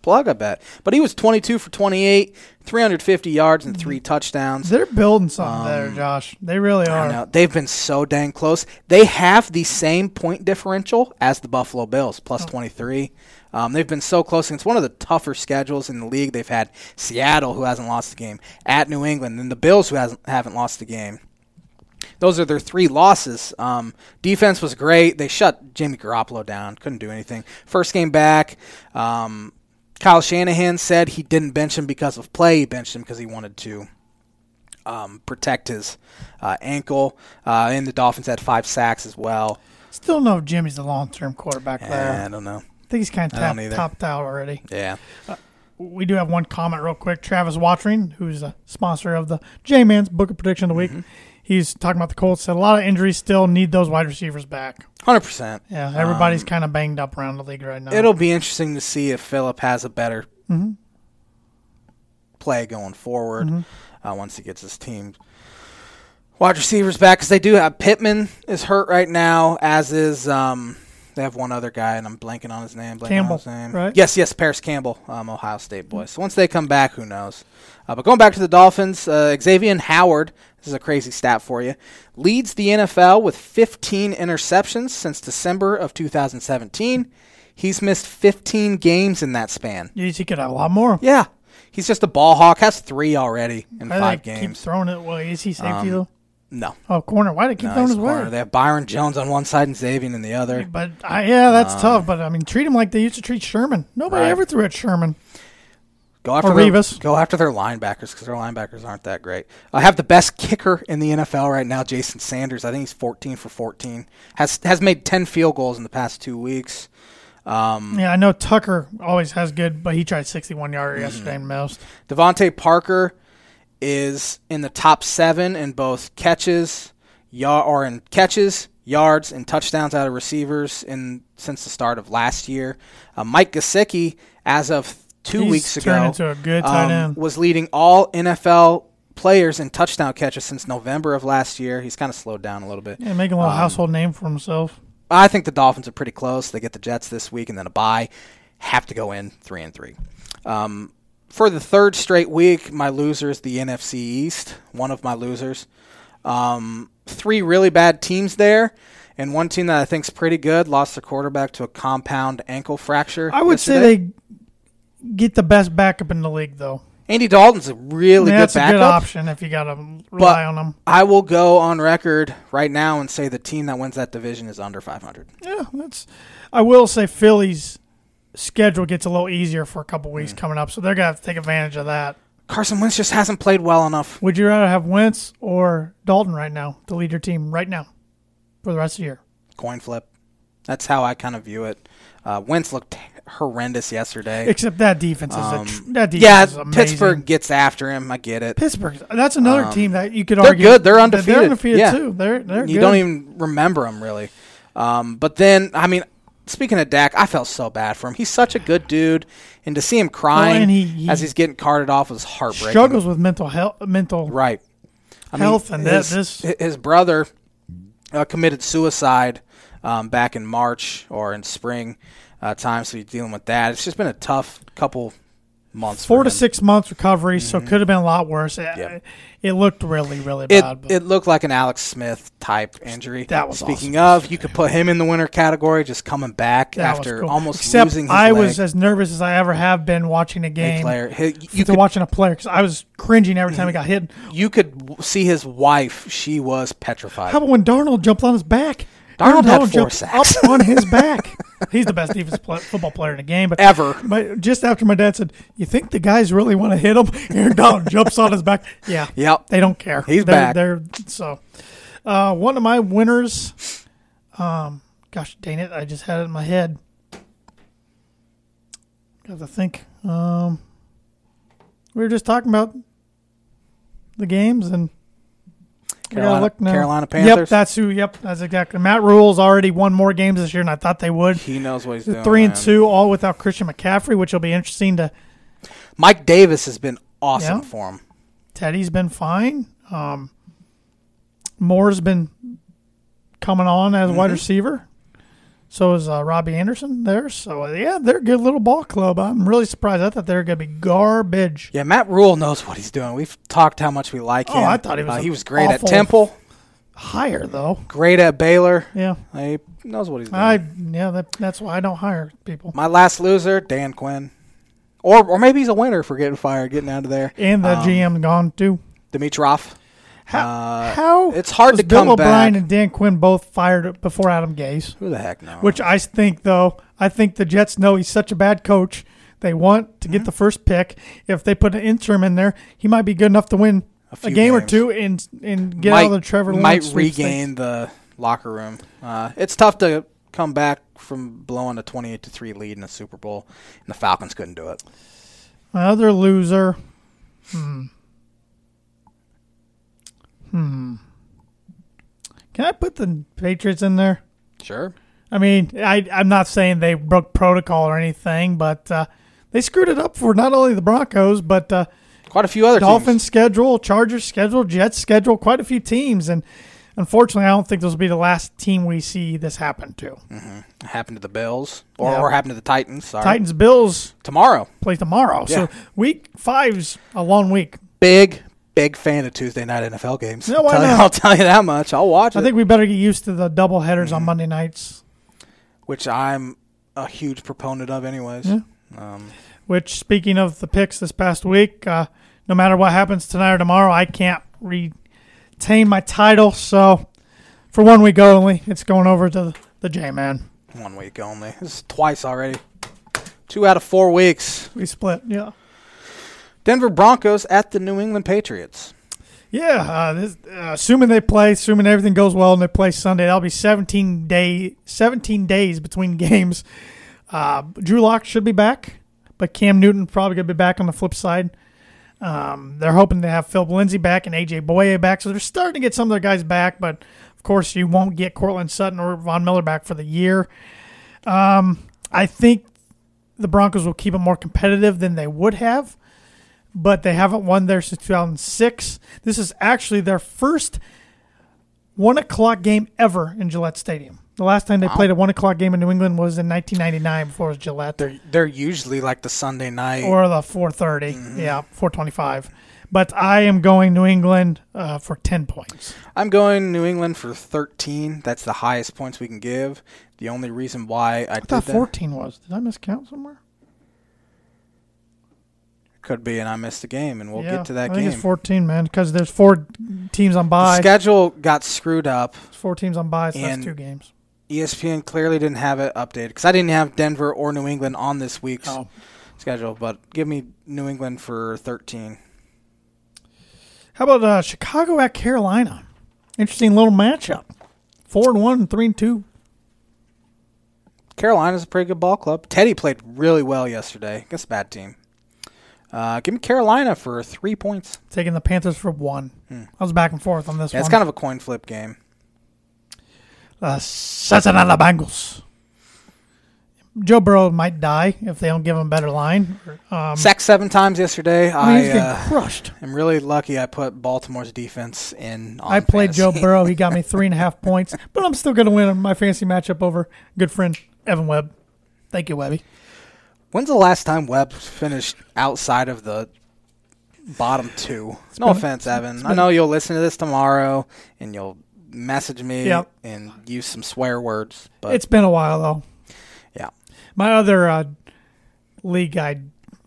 plug, I bet. But he was 22 for 28, 350 yards, and Mm-hmm. three touchdowns. They're building something there, Josh. They really um, I are. know. They've been so dang close. They have the same point differential as the Buffalo Bills, plus Oh. 23. Um, they've been so close. And it's one of the tougher schedules in the league. They've had Seattle, who hasn't lost a game, at New England, and the Bills, who hasn't, haven't lost a game. Those are their three losses. Um, defense was great. They shut Jimmy Garoppolo down. Couldn't do anything. First game back. Um, Kyle Shanahan said he didn't bench him because of play. He benched him because he wanted to um, protect his uh, ankle. Uh, and the Dolphins had five sacks as well. Still know if Jimmy's the long term quarterback Yeah, I there. don't know. I think he's kind of I don't tap, either. topped out already. Yeah. We do have one comment real quick. Travis Watering, who's a sponsor of the J Man's Book of Prediction of the Week, Mm-hmm. he's talking about the Colts. Said a lot of injuries still need those wide receivers back. 100%. Yeah, everybody's kind of banged up around the league right now. um, It'll be interesting to see if Philip has a better play going forward uh, once he gets his team wide receivers back because they do have Pittman is hurt right now, as is um, they have one other guy and I'm blanking on his name. Blanking Campbell, on his name. right? Yes, yes, Paris Campbell, um, Ohio State boy. So once they come back, who knows? Uh, but going back to the Dolphins, uh, Xavier Howard. This is a crazy stat for you. Leads the NFL with 15 interceptions since December of 2017. He's missed 15 games in that span. Jeez, he could have a lot more. Yeah. He's just a ball hawk. Has three already in Why do five they Keep games. throwing it. Well, is he safety though? no. Oh, corner. Why did he keep No, throwing he's his a corner. way? They have Byron Jones on one side and Xavier in the other. But I, yeah, that's tough. But I mean, treat him like they used to treat Sherman. Um, Nobody Right. ever threw at Sherman. Go after Or their, Revis. go after their linebackers because their linebackers aren't that great. I have the best kicker in the NFL right now, Jason Sanders. I think he's 14 for 14. Has has made 10 field goals in the past two weeks. Yeah, I know Tucker always has good, but he tried 61 yarder Mm-hmm. yesterday and missed. Devontae Parker is in the top seven in both catches, yard or in catches, yards, and touchdowns out of receivers in since the start of last year. Uh, Mike Gesicki, as of two He's weeks ago, um, turned into a good tight end. was leading all NFL players in touchdown catches since November of last year. He's kind of slowed down a little bit. Yeah, making a Um, little household name for himself. I think the Dolphins are pretty close. They get the Jets this week and then a bye. Have to go in three and three. Um, for the third straight week, my loser is the NFC East. One of my losers. Um, three really bad teams there, and one team that I think's pretty good lost their quarterback to a compound ankle fracture. I would yesterday. say they get the best backup in the league, though. Andy Dalton's a really Yeah, good that's a backup. good option if you got to rely on them. I will go on record right now and say the team that wins that division is under 500. Yeah, that's. I will say Philly's schedule gets a little easier for a couple weeks Mm. coming up, so they're gonna have to take advantage of that. Carson Wentz just hasn't played well enough. Would you rather have Wentz or Dalton right now to lead your team right now for the rest of the year? Coin flip. That's how I kind of view it. Uh, Wentz looked horrendous yesterday. Except that defense is a tr- that defense Um, yeah, is amazing. Pittsburgh gets after him. I get it. Pittsburgh. That's another team that you could Um, they're argue good. They're that undefeated. They're undefeated Yeah. too. They're they're you good. don't even remember him really. Um, but then, I mean, speaking of Dak, I felt so bad for him. He's such a good dude, and to see him crying and he- he as he's getting carted off was heartbreaking. struggles with mental health. Mental right? I Health and that- his, this- His brother uh, committed suicide um, back in March or in spring uh, time, so he's dealing with that. It's just been a tough couple months. for four to him. six months recovery, so it could have been a lot worse. It, it looked really really Mm-hmm. It, bad. but- it looked like an Alex Smith type injury. That was speaking of, you could put him in the winner category, just coming back That was after cool. almost Except losing. His I leg. was as nervous as I ever have been watching a game. player. He- you You could Mm-hmm. watching a player because I was cringing every time he got hit. you could w- see his wife. She was petrified. How about when Darnold jumped on his back? Darnold had four jumped sacks. up on his (laughs) back. He's the best defensive pla football player in the game, but Ever. My, just after my dad said, "You think the guys really want to hit him?" (laughs) Aaron Donald jumps on his back. Yeah, Yep. They don't care. He's they're, back. They're so. Uh, one of my winners. Um, gosh, dang it! I just had it in my head. Got to think. Um, we were just talking about the games and I gotta Carolina- look now. Carolina Panthers? Yep, that's who. Yep, that's exactly. Matt Rule's already won more games this year than I thought they would. He knows what he's The doing. three and man. two, all without Christian McCaffrey, which will be interesting. To Mike Davis has been awesome Yeah. for him. Teddy's been fine. Um, Moore's been coming on as a Mm-hmm. wide receiver. So is uh, Robbie Anderson there. So uh, yeah, they're a good little ball club. I'm really surprised. I thought they were going to be garbage. Yeah, Matt Rule knows what he's doing. We've talked how much we like Oh, him. I thought he was Uh, an he was great at awful- Temple, Hire though. great at Baylor. Yeah, Uh, He knows what he's doing. I yeah that, that's why I don't hire people. My last loser, Dan Quinn, or or maybe he's a winner for getting fired, getting out of there. Um, And the GM gone too. Dimitrov. How, uh, how it's hard was to Bill come O'Brien back. and Dan Quinn both fired before Adam Gase? Who the heck knows? Which I think, though, I think the Jets know he's such a bad coach. They want to get Mm-hmm. the first pick. If they put an interim in there, he might be good enough to win A a, few game or games. two and and get out of the Trevor might Lawrence regain the locker room. Uh, it's tough to come back from blowing a twenty-eight to three lead in the Super Bowl, and the Falcons couldn't do it. sweepstakes. My other loser. Hmm. Hmm. Hmm. Can I put the Patriots in there? Sure, I mean, I, I'm not saying they broke protocol or anything, but uh, they screwed it up for not only the Broncos, but uh, quite a few other Dolphins Teams. schedule, Chargers schedule, Jets schedule, quite a few teams. And unfortunately, I don't think this will be the last team we see this happen to. It happened to the Bills, or, Yeah. or happened to the Titans. Sorry, Titans, Bills tomorrow. play tomorrow. Yeah. So week five's a long week. Big, big fan of Tuesday night NFL games. No, I Tell you- know. (laughs) I'll tell you that much. I'll watch it. I think we better get used to the double headers on Monday nights, which I'm a huge proponent of, anyways. Um, which, speaking of the picks this past week, uh, no matter what happens tonight or tomorrow, I can't retain my title. So for one week only, it's going over to the J Man. one week only. This is twice already. Two out of four weeks. We split. Yeah. Denver Broncos at the New England Patriots. Yeah, uh, this, uh, assuming they play, assuming everything goes well and they play Sunday, that'll be 17 day 17 days between (laughs) games. Uh, Drew Lock should be back, but Cam Newton probably going to be back on the flip side. Um, they're hoping to have Phil Lindsay back and AJ Boye back, so they're starting to get some of their guys back. But of course, you won't get Cortland Sutton or Von Miller back for the year. Um, I think the Broncos will keep it more competitive than they would have but they haven't won there since 2006. This is actually their first one o'clock game ever in Gillette Stadium. The last time they played a one o'clock game in New England was in 1999 before it was Gillette They're they're usually like the Sunday night. or the 430. Mm-hmm. Yeah, 425. But I am going New England uh, for 10 points. I'm going New England for 13. That's the highest points we can give. The only reason why I, I thought did that 14 was. Did I miscount somewhere? Could be, and I missed the game, and we'll Yeah, get to that I think game. It's 14, man, because there's four teams on the bye. schedule got screwed up. E It's four teams on bye, so that's And- two games. ESPN clearly didn't have it updated because I didn't have Denver or New England on this week's Oh. schedule. But give me New England for 13. How about uh, Chicago at Carolina? Interesting little matchup. Four and one, three and two. Carolina's a pretty good ball club. Teddy played really well yesterday against a bad team. Uh, give me Carolina for three points. Taking the Panthers for one. I was back and forth on this Hmm. Yeah, one. it's kind of a coin flip game. Uh, the Cincinnati Bengals. Joe Burrow might die if they don't give him a better line. Um, Sacked seven times yesterday. I mean, I, he's getting uh, crushed. am really lucky I put Baltimore's defense in. On I played fantasy. Joe Burrow. (laughs) He got me three and a half points, but I'm still going to win my fantasy matchup over good friend Evan Webb. Thank you, Webby. When's the last time Webb finished outside of the bottom two? No offense, Evan. I know you'll listen to this tomorrow and you'll message me Yep. and use some swear words. But It's been a while though. yeah, My other uh, league I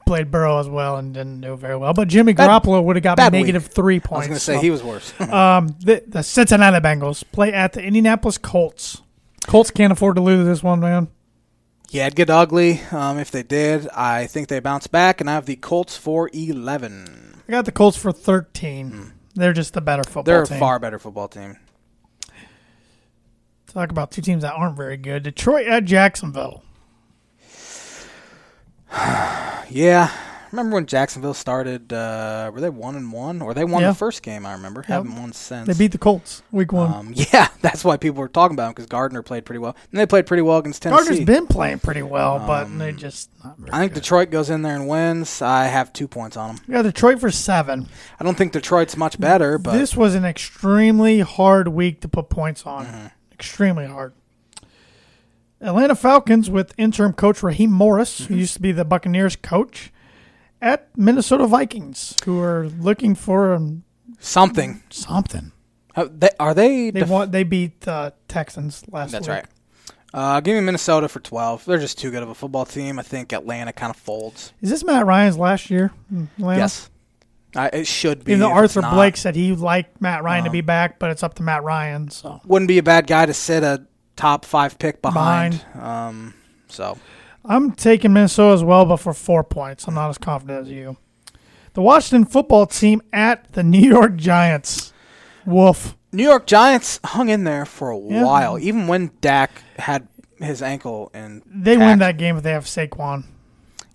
played Burrow as well and didn't do very well, but Jimmy Bad- Garoppolo would have got me bad week. negative three I was points. going to say so- he was (laughs) worse. (laughs) Um, the, the Cincinnati Bengals play at the Indianapolis Colts. Colts can't afford to lose this one, man. yeah, it'd get ugly um, if they did. I think they bounce back, and I have the Colts for 11. I got the Colts for 13. They're just the better football They're team. a far better football team. Talk about two teams that aren't very good. Detroit at Jacksonville. Yeah. Remember when Jacksonville started? Uh, were they one and one, or they won Yeah. the first game? I remember. Haven't won since. They beat the Colts week one. Um, (laughs) yeah, that's why people were talking about him because Gardner played pretty well. And they played pretty well against Tennessee. Gardner's been playing pretty well, but they just not very Um, I think good. Detroit goes in there and wins. I have two points on them. I got Detroit for seven. I don't think Detroit's much better, but this was an extremely hard week to put points on. Mm-hmm. Extremely hard. Atlanta Falcons with interim coach Raheem Morris, Mm-hmm. who used to be the Buccaneers coach, at Minnesota Vikings, who are looking for um, something. something. Uh, they- are they? They def- want they beat uh, Texans last that's week. right. Uh, give me Minnesota for twelve. They're just too good of a football team. I think Atlanta kind of folds. Is this Matt Ryan's last year? in Atlanta? Yes, I, it should be. Even though if it's Arthur not. Uh-huh. Blake said he liked Matt Ryan to be back, but it's up to Matt Ryan. So wouldn't be a bad guy to sit a top five pick behind. Um, so I'm taking Minnesota as well, but for four points. I'm not as confident as you. The Washington football team at the (laughs) New York Giants. Wolf. New York Giants hung in there for a Yeah. while, even when Dak had his ankle and They tacked. win that game if they have Saquon.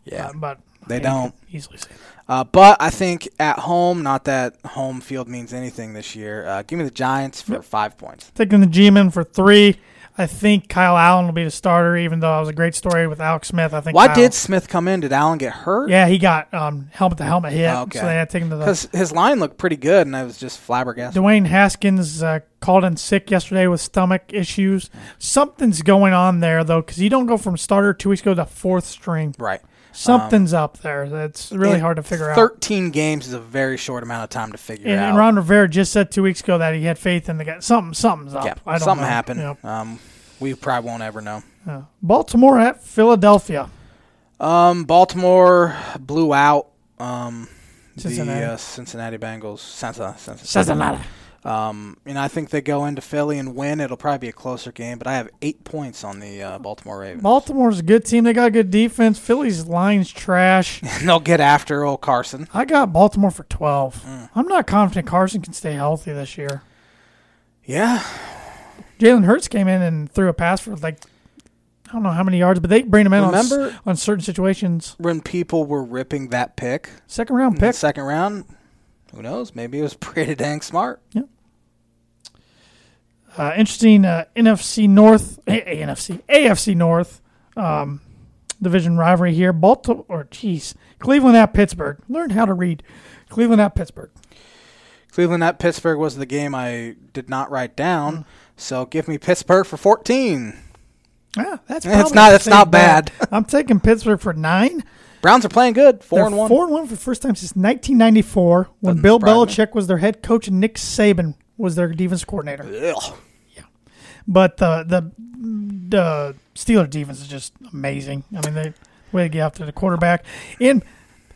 Yeah, Uh, but They I mean, don't. easily say uh, but I think at home, not that home field means anything this year. Uh, give me the Giants for five points. Taking the G-men for three. I think Kyle Allen will be the starter, even though it was a great story with Alex Smith. I think. Why Kyle- did Smith come in? Did Allen get hurt? Yeah, he got um, helmet to helmet hit, Oh, Okay. so they had to take him to the. because his line looked pretty good, and I was just flabbergasted. Dwayne Haskins uh, called in sick yesterday with stomach issues. Something's going on there though, because you don't go from starter two weeks ago to fourth string. right, Something's up there. That's really And hard to figure out. Thirteen games is a very short amount of time to figure And, and out. Ron Rivera just said two weeks ago that he had faith in the guy. Something, something's up. yeah, I don't something know. happened. Yep. Um, we probably won't ever know. Yeah. Baltimore at Philadelphia. Um, Baltimore blew out um, Cincinnati. the uh, Cincinnati Bengals. Cincinnati. Cincinnati. Cincinnati. Um, and I think they go into Philly and win. It'll probably be a closer game, but I have eight points on the uh, Baltimore Ravens. Baltimore's a good team. They got a good defense. Philly's line's (laughs) trash. And They'll get after old Carson. I got Baltimore for twelve. Mm. I'm not confident Carson can stay healthy this year. Yeah, Jalen Hurts came in and threw a pass for like I don't know how many yards, but they bring him in on, s- Remember- on certain situations. when people were ripping that pick, Second round in the pick. second round, who knows? Maybe it was (laughs) pretty dang smart. Uh, interesting uh, NFC North, A- ANFC, AFC North um, division rivalry here. Baltimore, or jeez, Cleveland at Pittsburgh. Learn how to read. Cleveland at Pittsburgh. Cleveland at Pittsburgh was the game I did not write down. Mm. So give me Pittsburgh for 14. Yeah, Ah, that's It's probably not- the it's same not bet. bad. I'm taking Pittsburgh for nine. Browns are playing good, 4 They're and 1. Four and one for the first time since 1994, when Doesn't Bill surprise Belichick was their head coach and Nick Saban was their defense coordinator. Ugh. But the the the Steelers defense is just amazing. I mean, they the way they get after the quarterback. And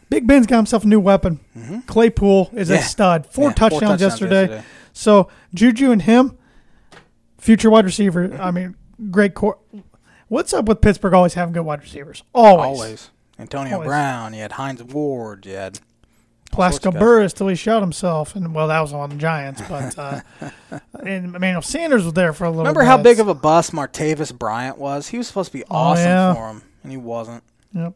Big Ben's got himself a new weapon. Claypool is Mm-hmm. Yeah. a stud. Yeah, four Four touchdowns, touchdowns yesterday. yesterday. So Juju and him, future wide receiver. Mm-hmm. I mean, great core. What's up with Pittsburgh always having good wide receivers? Always. Always. Antonio Always. Brown. You had Heinz Ward. You had Plasco Sorts of guys. Burris till he shot himself, and well, that was on the Giants, (laughs) but uh, and Emmanuel Sanders was there for a little. Remember bit. how big of a bust Martavis Bryant was? He was supposed to be awesome Oh, yeah. for him, and he wasn't. Yep.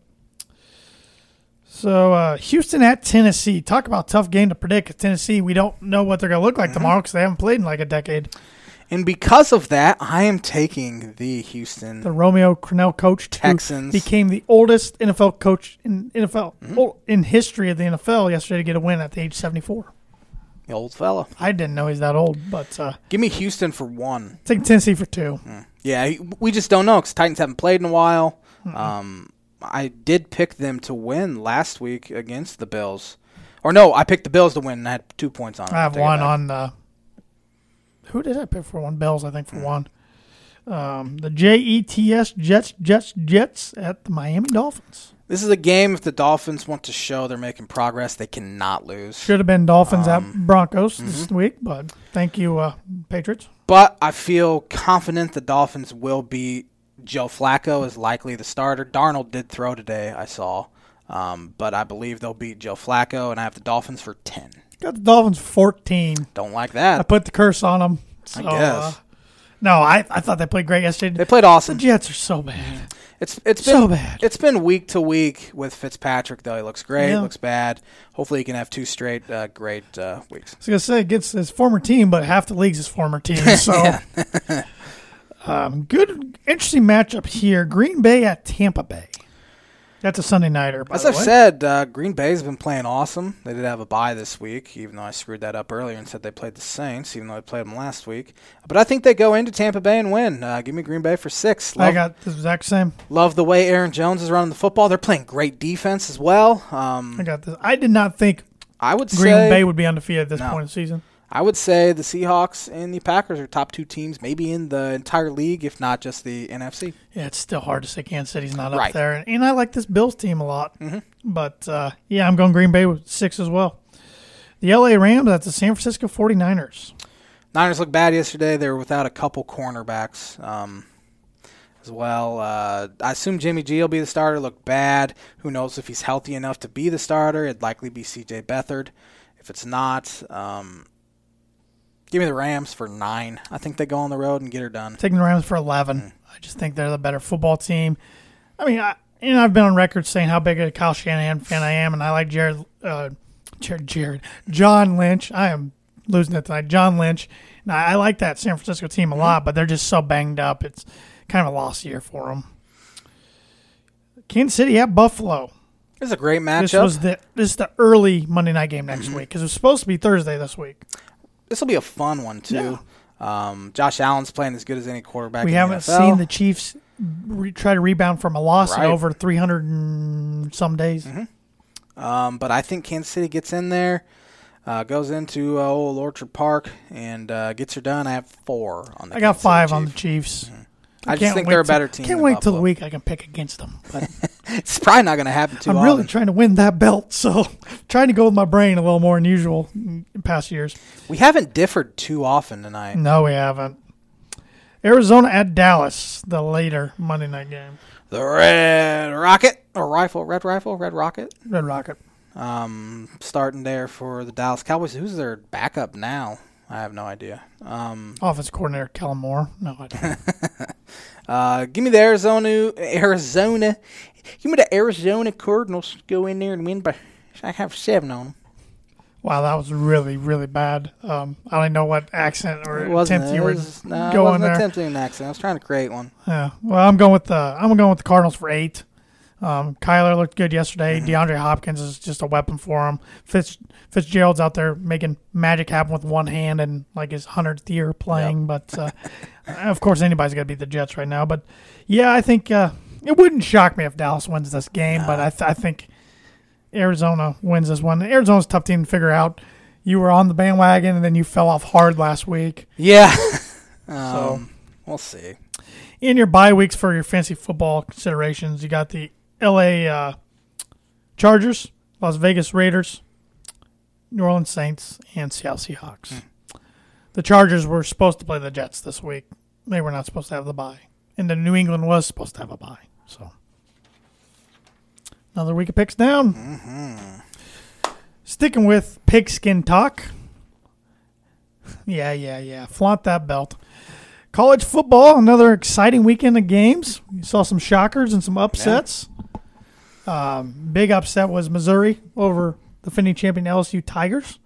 So uh, Houston at Tennessee. Talk about tough game to predict. 'cause Tennessee, we don't know what they're going to look like tomorrow because they haven't played in like a decade. And because of that, I am taking the Houston. The Romeo Cornell coach who Texans. became the oldest NFL coach in NFL ol- in history of the NFL yesterday to get a win at the age seventy four. the old fella. I didn't know he's that old, but uh, Give me Houston for one. take Tennessee for two. Yeah, he- we just don't know because Titans haven't played in a while. Um, I did pick them to win last week against the Bills. Or no, I picked the Bills to win and I had two points on it. I have Take it one back. on the. Who did I pick for one? Bells, I think, for one. Um, the Jets, Jets, Jets, Jets at the Miami Dolphins. This is a game if the Dolphins want to show they're making progress, they cannot lose. Should have been Dolphins Um, at Broncos this mm-hmm. week, but thank you, uh, Patriots. But I feel confident the Dolphins will beat Joe Flacco is likely the starter. Darnold did throw today, I saw. Um, but I believe they'll beat Joe Flacco, and I have the Dolphins for 10. Got the Dolphins 14. Don't like I that. put the curse on them. So, I guess. uh, no, I, I thought they played great yesterday. They played awesome. The Jets are so bad. It's it's been So bad. It's been week to week with Fitzpatrick though. He looks great. Yeah. Looks bad. Hopefully, he can have two straight uh, great uh, weeks. I was gonna say it gets his former team, but half the league's his former team. (laughs) So, um, good, interesting matchup here. Green Bay at Tampa Bay. That's a Sunday nighter. By As the I've way. said, uh, Green Bay's been playing awesome. They did have a bye this week, even though I screwed that up earlier and said they played the Saints, even though they played them last week. But I think they go into Tampa Bay and win. Uh, give me Green Bay for six. I Love, got the exact same. love the way Aaron Jones is running the football. They're playing great defense as well. Um, I got this. I did not think I would Green say Bay would be undefeated at this No. point in the season. I would say the Seahawks and the Packers are top two teams, maybe in the entire league, if not just the NFC. Yeah, it's still hard to say Kansas City's not Right. up there. And, I like this Bills team a lot. But uh, yeah, I'm going Green Bay with six as well. The LA Rams at the San Francisco 49ers. Niners looked bad yesterday. They were without a couple cornerbacks um, as well. Uh, I assume Jimmy G will be the starter. Looked bad. Who knows if he's healthy enough to be the starter? It'd likely be C.J. Beathard. If it's not, um, give me the Rams for nine. I think they go on the road and get her done. taking the Rams for 11. I just think they're the better football team. I mean, I, you know, I've been on record saying how big a Kyle Shanahan fan I am, and I like Jared, uh, Jared, Jared, John Lynch. I am losing it tonight. John Lynch. And I, I like that San Francisco team a lot, but they're just so banged up. It's kind of a lost year for them. Kansas City at Buffalo. This is a great matchup. This was the this is the early Monday night game next week because it was supposed to be Thursday this week. this will be a fun one too. Um, Josh Allen's playing as good as any quarterback. We in haven't the NFL. seen the Chiefs re- try to rebound from a loss Right. Mm-hmm. in over 300 and some days. Um, but I think Kansas City gets in there, uh, goes into uh, old Orchard Park, and uh, gets her done. I have four on the. I got Kansas City five on the Chiefs. Mm-hmm. Chiefs. I just can't think wait they're a to- better team. Can't than wait till Buffalo. the week I can pick against them. (laughs) But It's probably not going to happen too I'm often. really trying to win that belt, so (laughs) trying to go with my brain a little more than usual in past years. we haven't differed too often tonight. No, we haven't. Arizona at Dallas, the later Monday night game. The Red Rocket or Rifle, Red Rifle, Red Rocket. Red Rocket. Um, starting there for the Dallas Cowboys. Who's their backup now? I have no idea. Um, Offense coordinator Kellen Moore. No, (laughs) I don't. uh, give me the Arizona, Arizona. Give me the Arizona Cardinals. Go in there and win by. I have seven on them. wow, that was really, really bad. Um, I don't know what accent or It wasn't. attempt you it were was, no, I going wasn't there. attempting an accent. I was trying to create one. Yeah. Well, I'm going with the I'm going with the Cardinals for eight. Um, Kyler looked good yesterday. DeAndre Hopkins is just a weapon for him. Fitz, Fitzgerald's out there making magic happen with one hand and like his hundredth year playing. But uh, (laughs) of course, anybody's going to beat the Jets right now. But yeah, I think uh, it wouldn't shock me if Dallas wins this game. But I, th- I think Arizona wins this one. Arizona's a tough team to figure out. You were on the bandwagon and then you fell off hard last week. Yeah. (laughs) So- um, we'll see. in your bye weeks for your fancy football considerations, you got the L.A. Uh, Chargers Las Vegas Raiders, New Orleans Saints, and Seattle Seahawks. The Chargers were supposed to play the Jets this week. They were not supposed to have the bye. And the New England was supposed to have a bye. So another week of picks down. Sticking with pigskin talk. Yeah, yeah, yeah. Flaunt that belt. College football, another exciting weekend of games. You saw some shockers and some upsets. Um, big upset was Missouri over the defending champion LSU Tigers,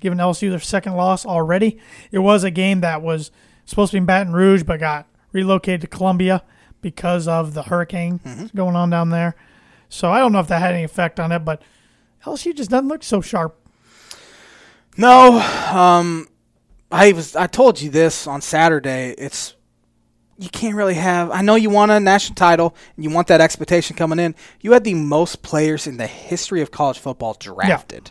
giving LSU their second loss already. It was a game that was supposed to be in Baton Rouge, but got relocated to Columbia because of the hurricane going on down there. So I don't know if that had any effect on it, but LSU just doesn't look so sharp. No, um, I was. I told you this on Saturday. It's you can't really have. I know you want a national title and you want that expectation coming in. You had the most players in the history of college football drafted.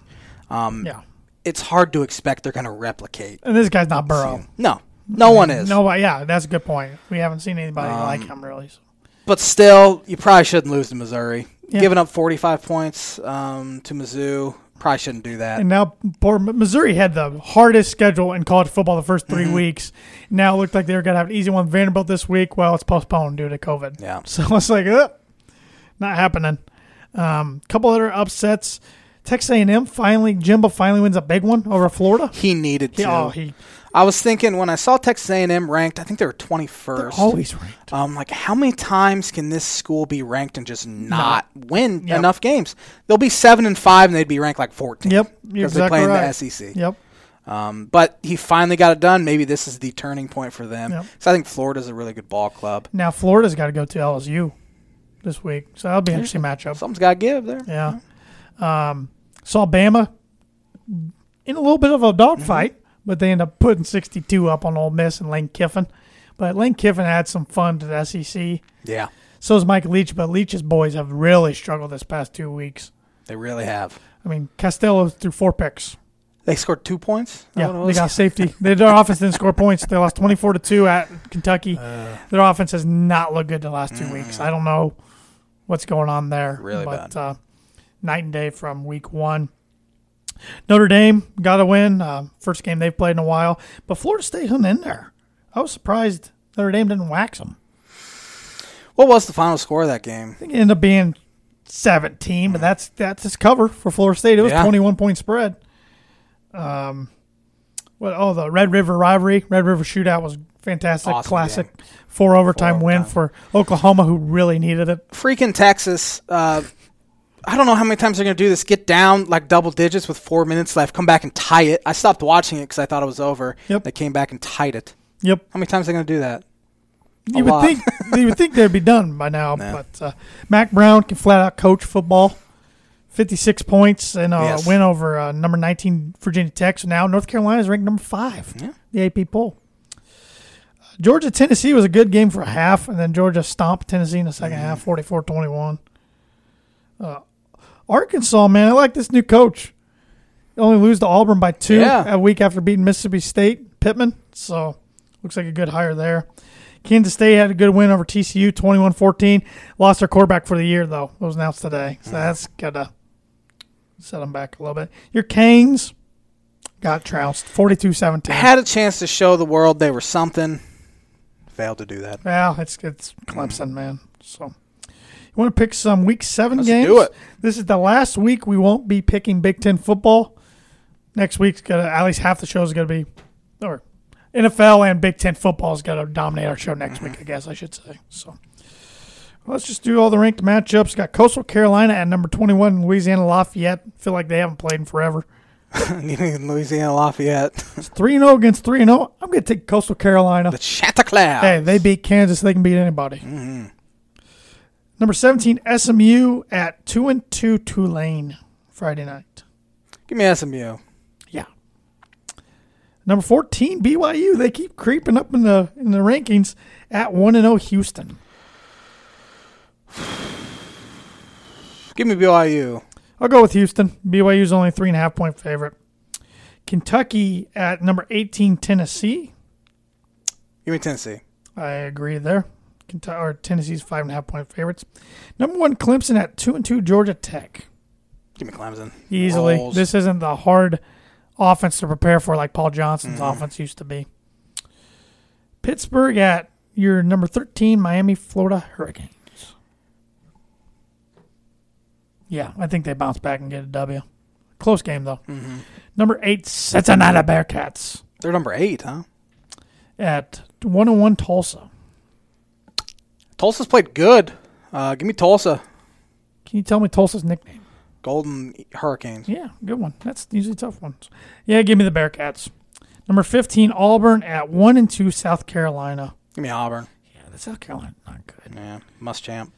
Um, Yeah, It's hard to expect they're going to replicate. and this guy's not Burrow. No, no one is. No, but yeah, that's a good point. We haven't seen anybody like him really. So. But still, you probably shouldn't lose to Missouri. Yeah. Giving up 45 points um, to Mizzou, probably shouldn't do that. And now poor Missouri had the hardest schedule in college football the first 3 weeks. Now it looked like they were going to have an easy one. Vanderbilt this week. Well, it's postponed due to COVID. Yeah. (laughs) So it's like, uh, not happening. Um, couple other upsets. Texas A&M finally, Jimbo finally wins a big one over Florida. He needed He, to. oh, he I was thinking when I saw Texas A&M ranked, I think they were 21st. always ranked. Um, like how many times can this school be ranked and just not win Yep. enough games? They'll be seven and five, and they'd be ranked like fourteen. Yep, you're because they exactly play in the E right. SEC. Yep. Um, but he finally got it done. Maybe this is the turning point for them. Yep. So I think Florida's a really good ball club. Now Florida's got to go to LSU this week. So that'll be an interesting matchup. Something's got to give there. Yeah. Um, saw Bama in a little bit of a dogfight, but they end up putting 62 up on Ole Miss and Lane Kiffin. But Lane Kiffin had some fun to the SEC. Yeah, So is Mike Leach, but Leach's boys have really struggled this past two weeks. they really have. I mean, Costello threw four picks. They scored two points. Is that Yeah, what it they was? got safety. Their (laughs) offense didn't score points. They lost 24 to 2 at Uh, Kentucky. (laughs) Their offense has not looked good the last two weeks. I don't know what's going on there. Really but, Uh, night and day from week one. Notre Dame got a win. Uh, first game they've played in a while. But Florida State hung in there. I was surprised Notre Dame didn't wax them. What was the final score of that game? I think it ended up being 17, but that's that's his cover for Florida State. It was Yeah. 21 point spread. Um, what? Oh, the Red River rivalry, Red River shootout was fantastic, Awesome classic four overtime Four win overtime. for Oklahoma, who really needed it. freaking Texas. Uh, I don't know how many times they're going to do this. Get down like double digits with four minutes left. Come back and tie it. I stopped watching it because I thought it was over. Yep. They came back and tied it. Yep, How many times are they going to do that? you would lot. think you would think they'd be done by (laughs) now, No. but uh, Mac Brown can flat out coach football. 56 points and a Yes. win over uh, number 19 Virginia Tech. So now North Carolina is ranked number five, Yeah. the AP poll. Georgia Tennessee was a good game for a half, and then Georgia stomped Tennessee in the 2nd Mm. half, 44 21. Arkansas, man, I like this new coach. They only lose to Auburn by two Yeah. a week after beating Mississippi State, Pittman. So looks like a good hire there. Kansas State had a good win over TCU 21 14. Lost their quarterback for the year, though. It was announced today. So that's going to set them back a little bit. Your Canes got trounced 42 17. Had a chance to show the world they were something. Failed to do (laughs) that. Yeah, it's it's Clemson, man. So you want to pick some week 7 Let's games? do it. This is the last week we won't be picking Big Ten football. Next week's gonna at least half the show is gonna be, or NFL and Big Ten football is gonna dominate our show next week. I guess I should say. So well, let's just do all the ranked matchups. Got Coastal Carolina at number twenty-one, Louisiana Lafayette. Feel like they haven't played in forever. In Louisiana Lafayette, It's three and zero against three and zero. I'm gonna take Coastal Carolina. the Chanticleer. Oh. Hey, they beat Kansas. They can beat anybody. Mm-hmm. Number 17, SMU at 2 and 2 Tulane Friday night. Give me SMU. Yeah. Number 14, BYU. They keep creeping up in the in the rankings at 1 and 0 Houston. Give me BYU. I'll go with Houston. BYU's only three and a half point favorite. Kentucky at number 18, Tennessee. Give me Tennessee. I agree there. Kentucky, or Tennessee's five and a half point favorites. Number one, Clemson at two and two Georgia Tech. Give me Clemson. easily. Rolls. This isn't the hard offense to prepare for like Paul Johnson's offense used to be. Pittsburgh at your number 13, Miami, Florida Hurricanes. Yeah, I think they bounce back and get a W. Close game, though. Number eight, Cincinnati Bearcats Mm-hmm. They're number eight, huh? at 101 Tulsa. Tulsa's played good. Uh, give me Tulsa. Can you tell me Tulsa's nickname? Golden Hurricanes. Yeah, good one. That's usually tough ones. Yeah, give me the Bearcats. Number 15, Auburn at 1 and 2, South Carolina. Give me Auburn. Yeah, the South Carolina not good. Yeah, must champ.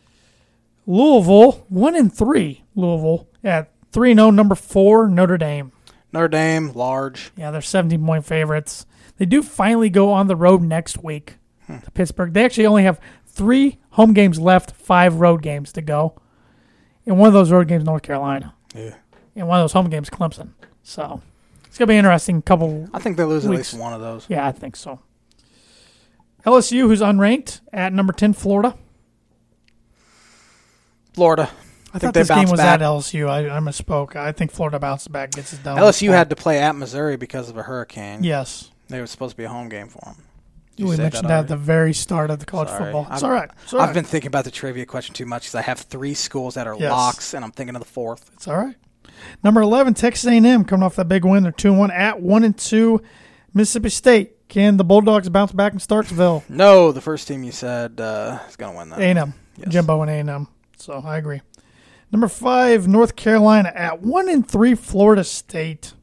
Louisville, one and three. Louisville at three and oh, number four Notre Dame. Notre Dame, large. Yeah, they're seventeen point favorites. They do finally go on the road next week to Pittsburgh. They actually only have three home games left, five road games to go, and one of those road games North Carolina, Yeah. and one of those home games Clemson. So it's gonna be an interesting. Couple, I think they lose at Weeks. least one of those. yeah, I think so. LSU, who's unranked at number ten, Florida. Florida. I thought think they this game bounced was back. at uh, LSU. I, I misspoke. I think Florida bounced back, gets it done. LSU had to play at Missouri because of a hurricane. Yes. They were supposed to be a home game for them. we mentioned that, at the very start of the college Sorry. football. It's I've- all right. It's all I've right. been thinking about the trivia question too much because I have three schools that are Yes. locks, and I'm thinking of the fourth. It's all right. Number eleven, Texas A&M coming off that big win. They're two and one at one and two. Mississippi State can the Bulldogs bounce back in Starksville? No, the first team you said uh, is going to win that. A&M, Yes. Jimbo and A&M. So I agree. Number five, North Carolina at one and three. Florida State.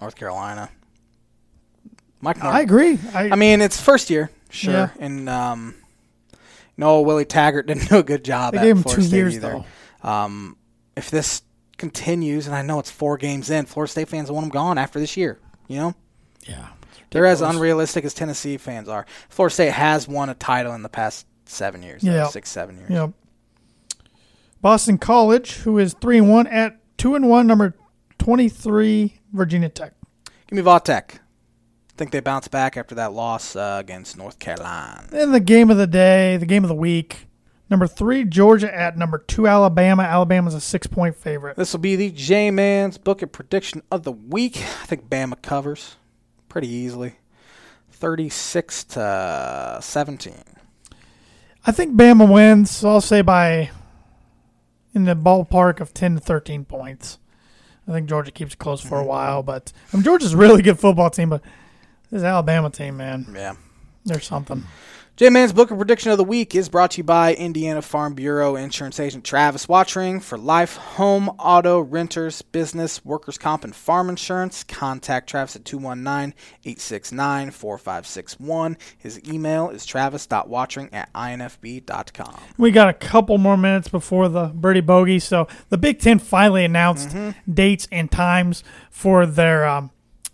North Carolina. Mike North. I agree. I, I mean, it's first year, sure, Yeah. and um, no, Willie Taggart didn't (laughs) do a good job. They at gave him Florida two State years, either. Um, if this continues, and I know it's four games in, Florida State fans want them gone after this year. You know, yeah. they're as unrealistic as Tennessee fans are. Florida State has won a title in the past seven years, though, Yeah. six, seven years. Yep. Boston College, who is three and one at two and one, number twenty-three, Virginia Tech. Give me Vautech. I think they bounce back after that loss uh, against North Carolina. Then the game of the day, the game of the week, number three, Georgia at number two, Alabama. Alabama's a six-point favorite. This will be the J Man's book and prediction of the week. I think Bama covers pretty easily. 36 to 17. I think Bama wins. So I'll say by in the ballpark of ten to thirteen points. I think Georgia keeps it close for a while, but I mean, Georgia's a really good football team, but this Alabama team, man, Yeah. they're something. J Man's book and prediction of the week is brought to you by Indiana Farm Bureau insurance agent Travis Watring for life, home, auto, renters, business, workers' comp, and farm insurance. Contact Travis at 219 869 4561. His email is travis.watering at infb.com. We got a couple more minutes before the birdie bogey. So the Big Ten finally announced dates and times for their um,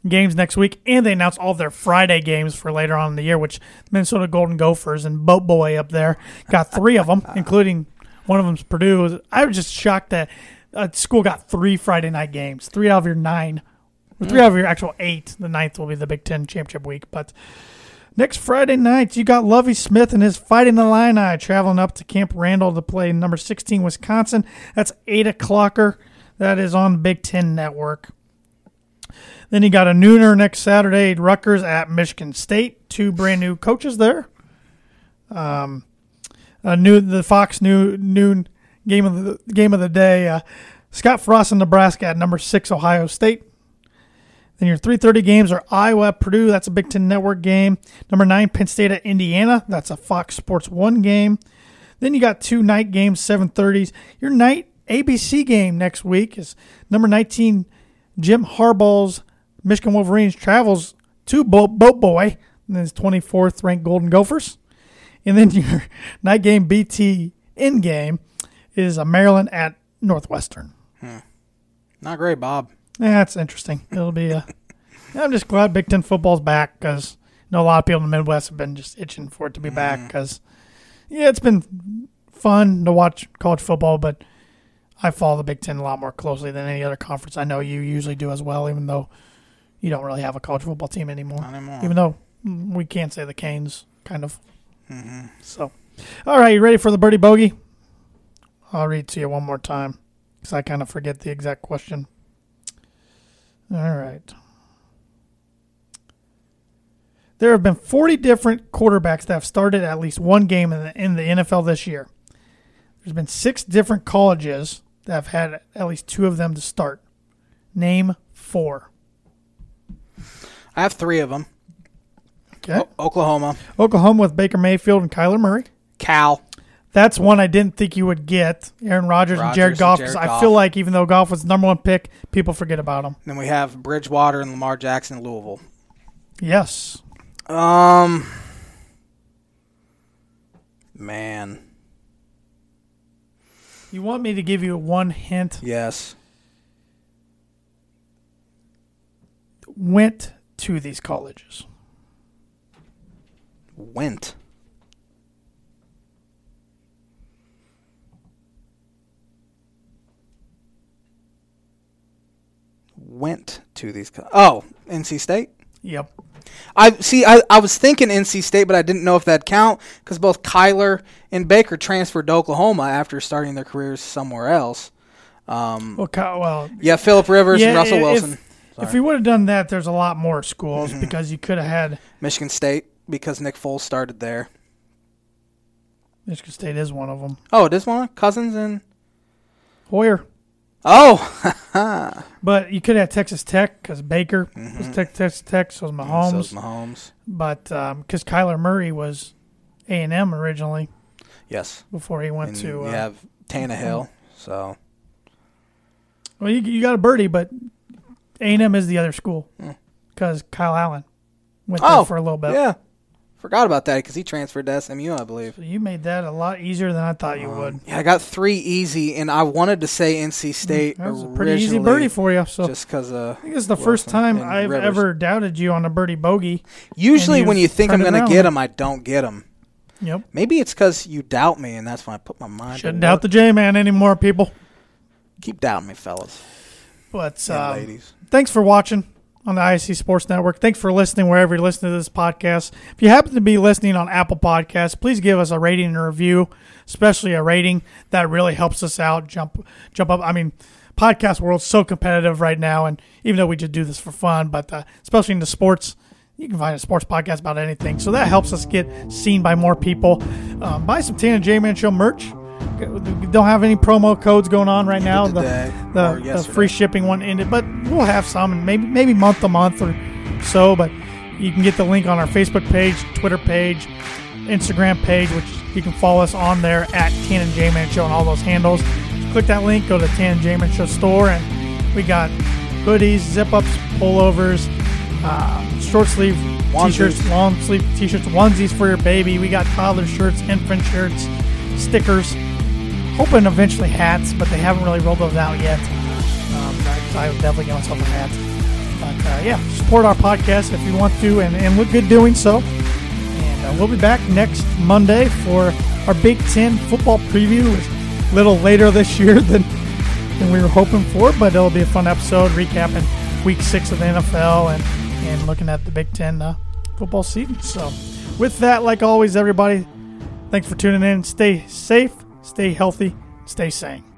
games next week, and they announced all their Friday games for later on in the year. Which Minnesota Golden Gophers and Boat Boy up there got three of them, including one of them's Purdue. I was just shocked that a school got three Friday night games, three out of your nine, or three out of your actual eight. The ninth will be the Big Ten championship week, but. Next Friday night, you got Lovey Smith and his Fighting the Illini traveling up to Camp Randall to play number 16 Wisconsin. That's 8 o'clocker. That is on Big Ten Network. Then you got a nooner next Saturday, Rutgers at Michigan State. Two brand new coaches there. Um, a new the Fox new noon game of the game of the day. Uh, Scott Frost in Nebraska at number six Ohio State. Then your 3:30 games are Iowa, at Purdue. That's a Big Ten Network game. Number nine, Penn State at Indiana. That's a Fox Sports One game. Then you got two night games, 7:30s. Your night ABC game next week is number 19, Jim Harbaugh's Michigan Wolverines travels to Bo- Boat Boy, and then his 24th ranked Golden Gophers. And then (laughs) your night game BT in game is a Maryland at Northwestern. Not great, Bob. Yeah, that's interesting. It'll be. A, (laughs) I'm just glad Big Ten football's back because I know a lot of people in the Midwest have been just itching for it to be back because, yeah, it's been fun to watch college football, but I follow the Big Ten a lot more closely than any other conference. I know you usually do as well, even though you don't really have a college football team anymore. Not anymore. Even though mm, we can say the Canes, kind of. Mm-hmm. So, all right, you ready for the birdie bogey? I'll read it to you one more time. because I kind of forget the exact question. All right. There have been 40 different quarterbacks that have started at least one game in the, in the NFL this year. There's been six different colleges that have had at least two of them to start. Name four. I have three of them. Okay. Oklahoma, Oklahoma with Baker Mayfield and Kyler Murray. Cal. That's one I didn't think you would get. Aaron Rodgers, and Rodgers Jared and Goff. Jared 'cause I Goff. feel like even though Goff was the number one pick, people forget about him. Then we have Bridgewater and Lamar Jackson, and Louisville. Yes. Um, man, You want me to give you one hint? yes. Went to these colleges. Went. Went to these. Co- oh, NC State. Yep. I see. I, I was thinking NC State, but I didn't know if that'd count because both Kyler and Baker transferred to Oklahoma after starting their careers somewhere else. Um, Well, Ky- well Yeah, Philip Rivers and Russell i- if- Wilson, If, we would have done that, there's a lot more schools because you could have had Michigan State because Nick Foles started there. Michigan State is one of them. Oh, this one Cousins and Hoyer, oh, (laughs) but you could have Texas Tech because Baker was Tech, Texas Tech, so was So Mahomes, is Mahomes. but because Kyler Murray was A and M originally Yes, before he went and to. you Uh, have Tannehill. So Well, you, you got a birdie, but A and M is the other school because Kyle Allen went Hmm. oh, there for a little bit. Yeah, forgot about that because he transferred to SMU, I believe. Um, So you made that a lot easier than I thought you would. Mm, Yeah, I got three easy, and I wanted to say NC State That was a pretty easy originally, birdie for you. So just because (laughs) uh, I think it's the first time and I've Rivers. ever doubted you on a birdie bogey. Usually, you've when you think I'm turned it going to around. get them, I don't get them. Yep. Maybe it's because you doubt me, and that's when I put my mind. to Shouldn't work. doubt the J man anymore, people. Keep doubting me, fellas But and um, ladies. thanks for watching on the IC Sports Network. Thanks for listening wherever you're listening to this podcast. If you happen to be listening on Apple Podcasts, please give us a rating and a review, especially a rating. That really helps us out. Jump, jump up. I mean, podcast world's so competitive right now, and even though we just do this for fun, but uh, especially in the sports. You can find a sports podcast about anything, so that helps us get seen by more people. Um, buy some Tana J Man Show merch. We don't have any promo codes going on right now. The- today or the, the yesterday. free shipping one ended, but we'll have some, and maybe maybe month to month or so. But you can get the link on our Facebook page, Twitter page, Instagram page, which you can follow us on there at Tan and J Man Show and all those handles. Click that link, go to Tan and J Man Show store, and we got hoodies, zip ups, pullovers, uh, short sleeve Onesies. t-shirts, long sleeve t-shirts, onesies for your baby. We got toddler shirts, infant shirts, stickers hoping eventually hats, but they haven't really rolled those out yet. Um, I, I would definitely get myself a hat. But uh, yeah, support our podcast if you want to, and, and look good doing so. And uh, we'll be back next Monday for our Big Ten football preview. It's a little later this year (laughs) than than we were hoping for, but it'll be a fun episode recapping Week Six of the NFL and and looking at the Big Ten uh, football season. So, with that, like always, everybody, Thanks for tuning in. Stay safe, stay healthy, stay sane.